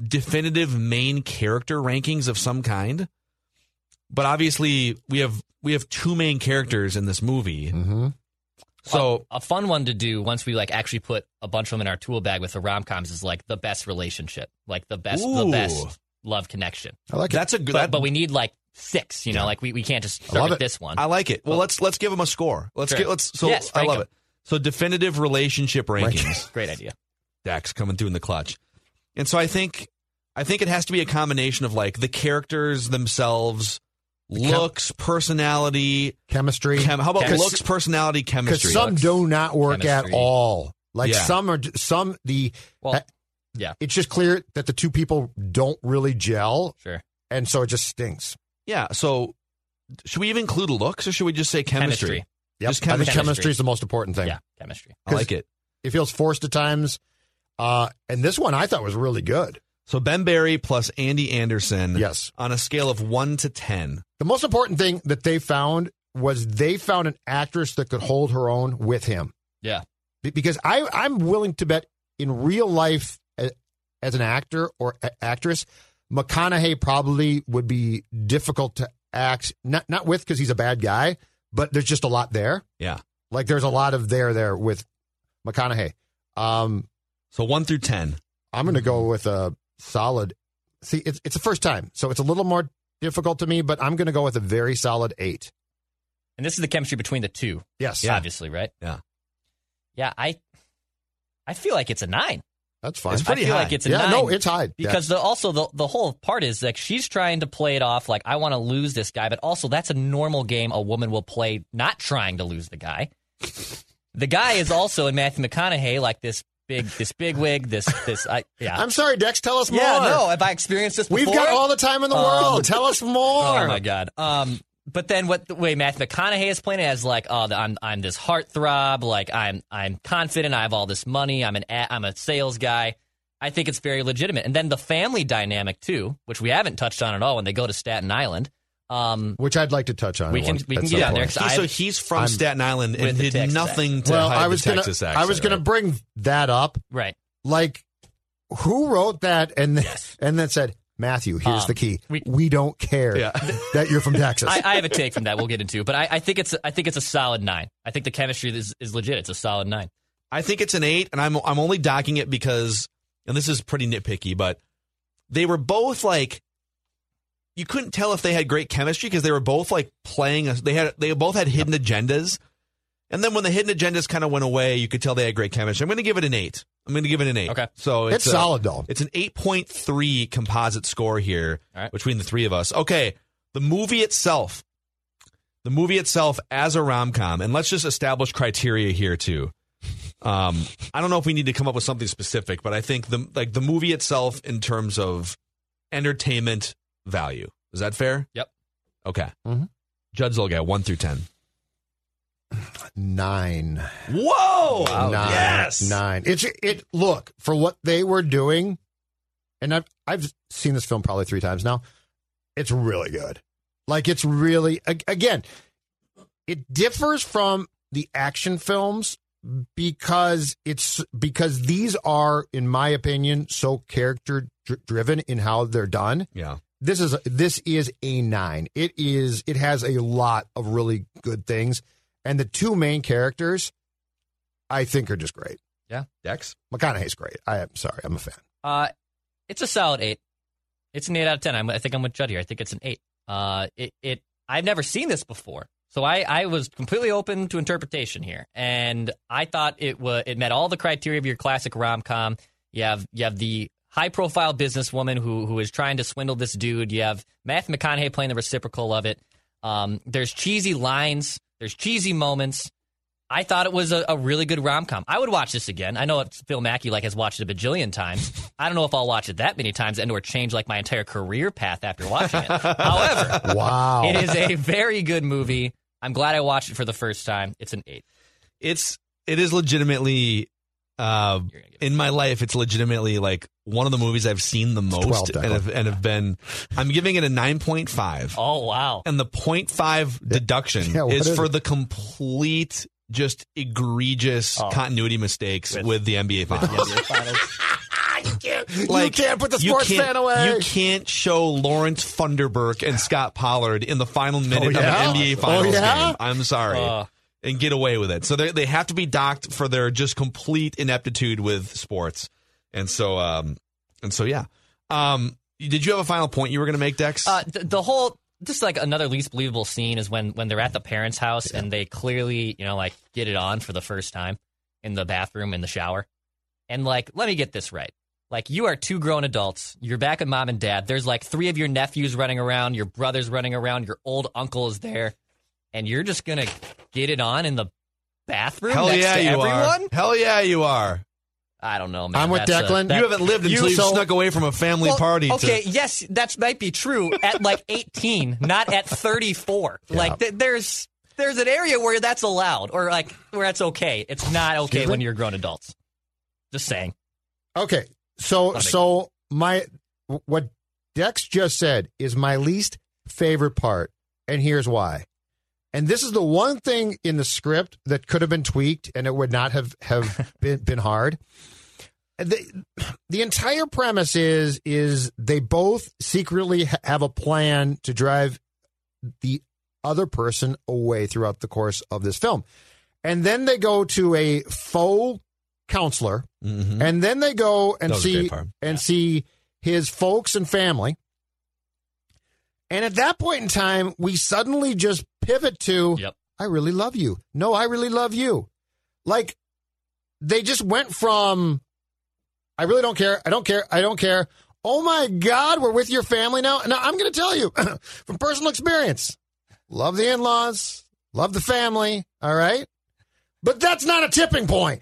definitive main character rankings of some kind. But obviously, we have we have two main characters in this movie. Mm-hmm. So a fun one to do once we like actually put a bunch of them in our tool bag with the rom coms is like the best relationship, like the best, the Ooh. best love connection. I like it. That's a good- But, that- but we need like six. You know, like we, we can't just I start love it. with this one. I like it. Well, let's let's give them a score. Let's Sure. get let's. So Yes, I rank love 'em. it. So definitive relationship rankings. Great idea. Dax coming through in the clutch, and so I think I think it has to be a combination of like the characters themselves, looks, personality, chemistry. how about Chem- looks, personality, chemistry? Because some Looks. do not work Chemistry. at all. Like Yeah. some are some the. yeah. It's just clear that the two people don't really gel. Sure. And so it just stinks. Yeah. So should we even include looks, or should we just say chemistry? Yep. Just I chemistry. think chemistry is the most important thing. Yeah, chemistry. I like it. It feels forced at times. Uh, and this one I thought was really good. So Ben Barry plus Andy Anderson. Yes. On a scale of one to ten. The most important thing that they found was they found an actress that could hold her own with him. Yeah. Be- Because I, I'm willing to bet in real life a- as an actor or a- actress, McConaughey probably would be difficult to act not not with because he's a bad guy, but there's just a lot there. Yeah. Like there's a lot of there there with McConaughey. Um, so one through ten. I'm going to go with a solid. See, it's it's the first time, so it's a little more difficult to me, but I'm going to go with a very solid eight. And this is the chemistry between the two. Yes. Yeah. Obviously, right? Yeah. Yeah, I I feel like it's a nine. That's fine. I feel like it's a yeah, nine. no, it's high Because the, also the the whole part is like she's trying to play it off like I want to lose this guy, but also that's a normal game a woman will play not trying to lose the guy. the guy is also in Matthew McConaughey like this big this big wig, this this I yeah. I'm sorry, Dex. Tell us Yeah, more. no, have I experienced this We've before? got all the time in the Um, world. Tell us more. *laughs* Oh my god. Um, but then what the way Matthew McConaughey is playing it as like, oh, the- I'm I'm this heartthrob, like I'm I'm confident, I have all this money, I'm an a- I'm a sales guy. I think it's very legitimate. And then the family dynamic too, which we haven't touched on at all when they go to Staten Island. Um, which I'd like to touch on. We at can- one- we at can some get on there, point. 'cause I- so he's from I'm- Staten Island and With the did Texas nothing to well, hide I was the gonna, Texas I accent, was going right? to bring that up. Right. Like, who wrote that? And then, and then said, Matthew, here's Um, the key. We, don't care that *laughs* you're from Texas. I, I have a take from that we'll get into, but I, I think it's I think it's a solid nine. I think the chemistry is, is legit. It's a solid nine. I think it's an eight, and I'm I'm only docking it because, and this is pretty nitpicky, but they were both like, you couldn't tell if they had great chemistry because they were both like playing. A, they had they both had hidden agendas, and then when the hidden agendas kind of went away, you could tell they had great chemistry. I'm going to give it an eight. I'm going to give it an eight. Okay, so it's, uh, It's solid, though. It's an eight point three composite score here between the three of us. Okay, the movie itself the movie itself as a rom com, and let's just establish criteria here too. Um, I don't know if we need to come up with something specific, but I think the like the movie itself in terms of entertainment value is that fair? Yep. Okay. Mm-hmm. Judd Zolgad, one through ten. Nine. Whoa! Nine. Nine. It's it. Look for what they were doing, and I've I've seen this film probably three times now. It's really good. Like it's really ag- again, it differs from the action films because it's because these are, in my opinion, so character dr- driven in how they're done. Yeah. This is this is a nine. It is it has a lot of really good things, and the two main characters, I think, are just great. Yeah. Dex? McConaughey's great. I am sorry. I'm *laughs* a fan. Uh, it's a solid eight. It's an eight out of ten. I'm, I think I'm with Judd here. I think it's an eight. Uh, it, it I've never seen this before, so I, I was completely open to interpretation here, and I thought it was it met all the criteria of your classic rom com. You have you have the high profile businesswoman who who is trying to swindle this dude. You have Matthew McConaughey playing the reciprocal of it. Um, there's cheesy lines. There's cheesy moments. I thought it was a, a really good rom com. I would watch this again. I know it's Phil Mackey like has watched it a bajillion times. I don't know if I'll watch it that many times and or change like my entire career path after watching it. However, wow, it is a very good movie. I'm glad I watched it for the first time. It's an eight. It's it is legitimately uh, in my life. It's legitimately like one of the movies I've seen the most 12, and have, and have been. I'm giving it a nine point five. Oh wow! And the 0.5 deduction Yeah, what is, is for it? the complete just egregious Oh. continuity mistakes with, the NBA finals. *laughs* you can't put the you sports can't- fan away. You can't show Lawrence Funderburk and Scott Pollard in the final minute Oh, yeah? of an NBA Oh, Finals yeah? Uh. game. I'm sorry. and get away with it. So they they have to be docked for their just complete ineptitude with sports. And so um and so yeah. Um did you have a final point you were going to make Dex? Uh, the, the whole just like another least believable scene is when when they're at the parents' house and they clearly you know like get it on for the first time in the bathroom in the shower, and like let me get this right. Like you are two grown adults. You're back at mom and dad. There's like three of your nephews running around. Your brother's running around. Your old uncle is there, and you're just gonna get it on in the bathroom Hell next yeah, to you everyone. are. Hell yeah, you are. I don't know, man. I'm with That's a- Declan. that- you haven't lived until you- you, have so- snuck away from a family Well, party. to- Okay, yes, that might be true at like 18, *laughs* not at 34. Like th- there's there's an area where that's allowed, or like where that's okay. It's not okay Excuse when me? you're grown adults. Just saying. Okay. So Nothing. so my what Dex just said is my least favorite part, and here's why. And this is the one thing in the script that could have been tweaked, and it would not have have been been hard. The, the entire premise is is they both secretly ha- have a plan to drive the other person away throughout the course of this film, and then they go to a faux counselor Mhm. and then they go and That was a see great part. and see his folks and family. And at that point in time, we suddenly just pivot to Yep. I really love you. No, I really love you. Like they just went from I really don't care. I don't care. I don't care. Oh my God, we're with your family now. Now I'm going to tell you *clears throat* from personal experience. Love the in-laws, love the family, all right? But that's not a tipping point.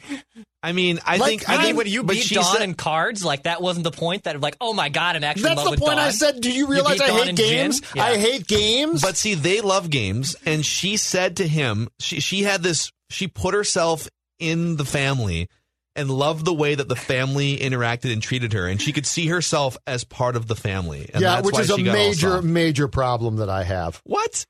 I mean, I Like, think I I mean, think would You but beat she Dawn said- in cards. Like that wasn't the point. That like, oh my god, I'm actually. in That's love the with point I Dawn. said. Do you realize beat I Dawn hate and Jin? games? Yeah. I hate games. But see, they love games, and she said to him, she she had this, she put herself in the family and loved the way that the family interacted and treated her, and she could see herself as part of the family. And yeah, that's which why is a she got all major, soft. major problem that I have. What?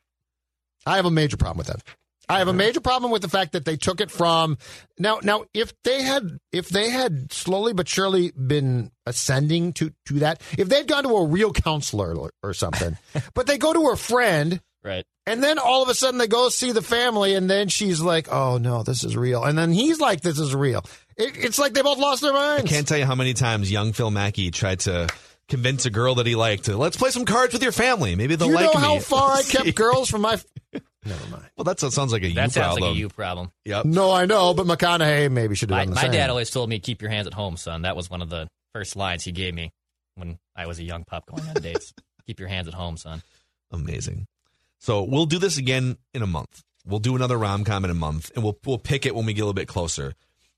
I have a major problem with that. I have a major problem with the fact that they took it from now. Now, if they had, if they had slowly but surely been ascending to to that, if they'd gone to a real counselor or, or something, but they go to a friend, Right. and then all of a sudden they go see the family, and then she's like, "Oh no, this is real," and then he's like, "This is real." It, it's like they both lost their minds. Can't tell you how many times young Phil Mackey tried to convince a girl that he liked to let's play some cards with your family. Maybe they'll you like know me. *laughs* how far *laughs* I kept girls from my. Well, that sounds like a you That sounds problem. like a you problem. Yep. No, I know, but McConaughey maybe should have My, done the my same. dad always told me, "Keep your hands at home, son." That was one of the first lines he gave me when I was a young pup going on *laughs* dates. Keep your hands at home, son. Amazing. So we'll do this again in a month. We'll do another rom com in a month, and we'll we'll pick it when we get a little bit closer.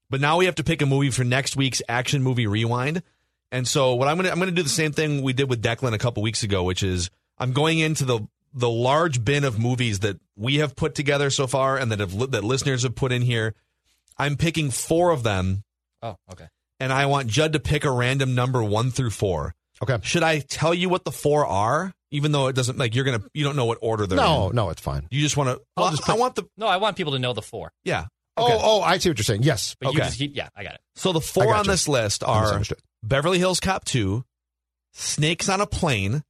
But now we have to pick a movie for next week's action movie rewind. And so what I'm gonna I'm gonna do the same thing we did with Declan a couple weeks ago, which is I'm going into the the large bin of movies that we have put together so far and that have li- that listeners have put in here. I'm picking four of them, Oh, okay. and I want Judd to pick a random number one through four. Okay. *laughs* Should I tell you what the four are, even though it doesn't like you're gonna you don't know what order they're in? No, no, it's fine. You just want to. I'll Well, just I put- want the No, I want people to know the four. yeah. Oh, oh, I see what you're saying. Yes, But you Okay. just, he, yeah, I got it. So the I four gotcha. on this list I are misunderstood. Beverly Hills Cop Two, Snakes on a Plane,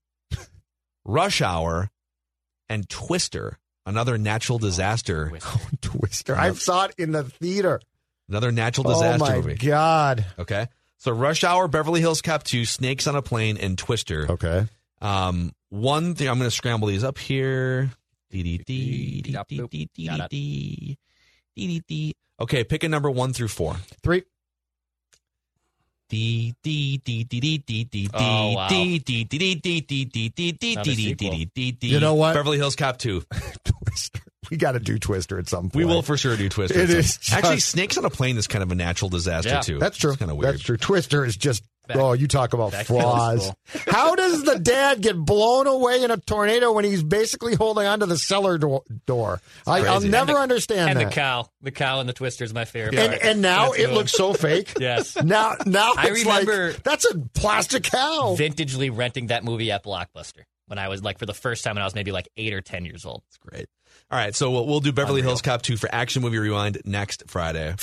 Rush Hour, and *laughs* Twister, another natural disaster. Twister. Twister. I saw it in the theater. Another natural disaster oh my movie. God. Okay. So Rush Hour, Beverly Hills Cop 2, Snakes on a Plane, and Twister. Okay. Um, one thing I'm going to scramble these up here. Dee-dee-dee, dee-dee-dee, dee-dee-dee, dee-dee-dee. Okay, pick a number one through four. Three. *laughs* Dee dee dee dee dee dee dee Oh, wow. dee dee dee dee dee dee dee dee Another dee dee sequel. dee dee dee. You know what? Beverly Hills Cop *laughs* 2. We got to do Twister at some point. We will for sure do Twister. It So- is just- actually Snakes on a Plane is kind of a natural disaster Yeah. too. That's true. It's kind of weird. That's true. Twister is just oh, you talk about back to old flaws. school. *laughs* How does the dad get blown away in a tornado when he's basically holding onto the cellar do- door? I, I'll Crazy. never And the- understand and that. the cow, the cow and the twister is my favorite. And, part. and now That's a it good looks one. so *laughs* fake. Yes. Now now I it's remember like, that's a plastic cow. vintagely renting that movie at Blockbuster when I was like for the first time when I was maybe like eight or ten years old. It's great. All right, so we'll, we'll do Beverly Hills Cop 2 for Action Movie Rewind next Friday.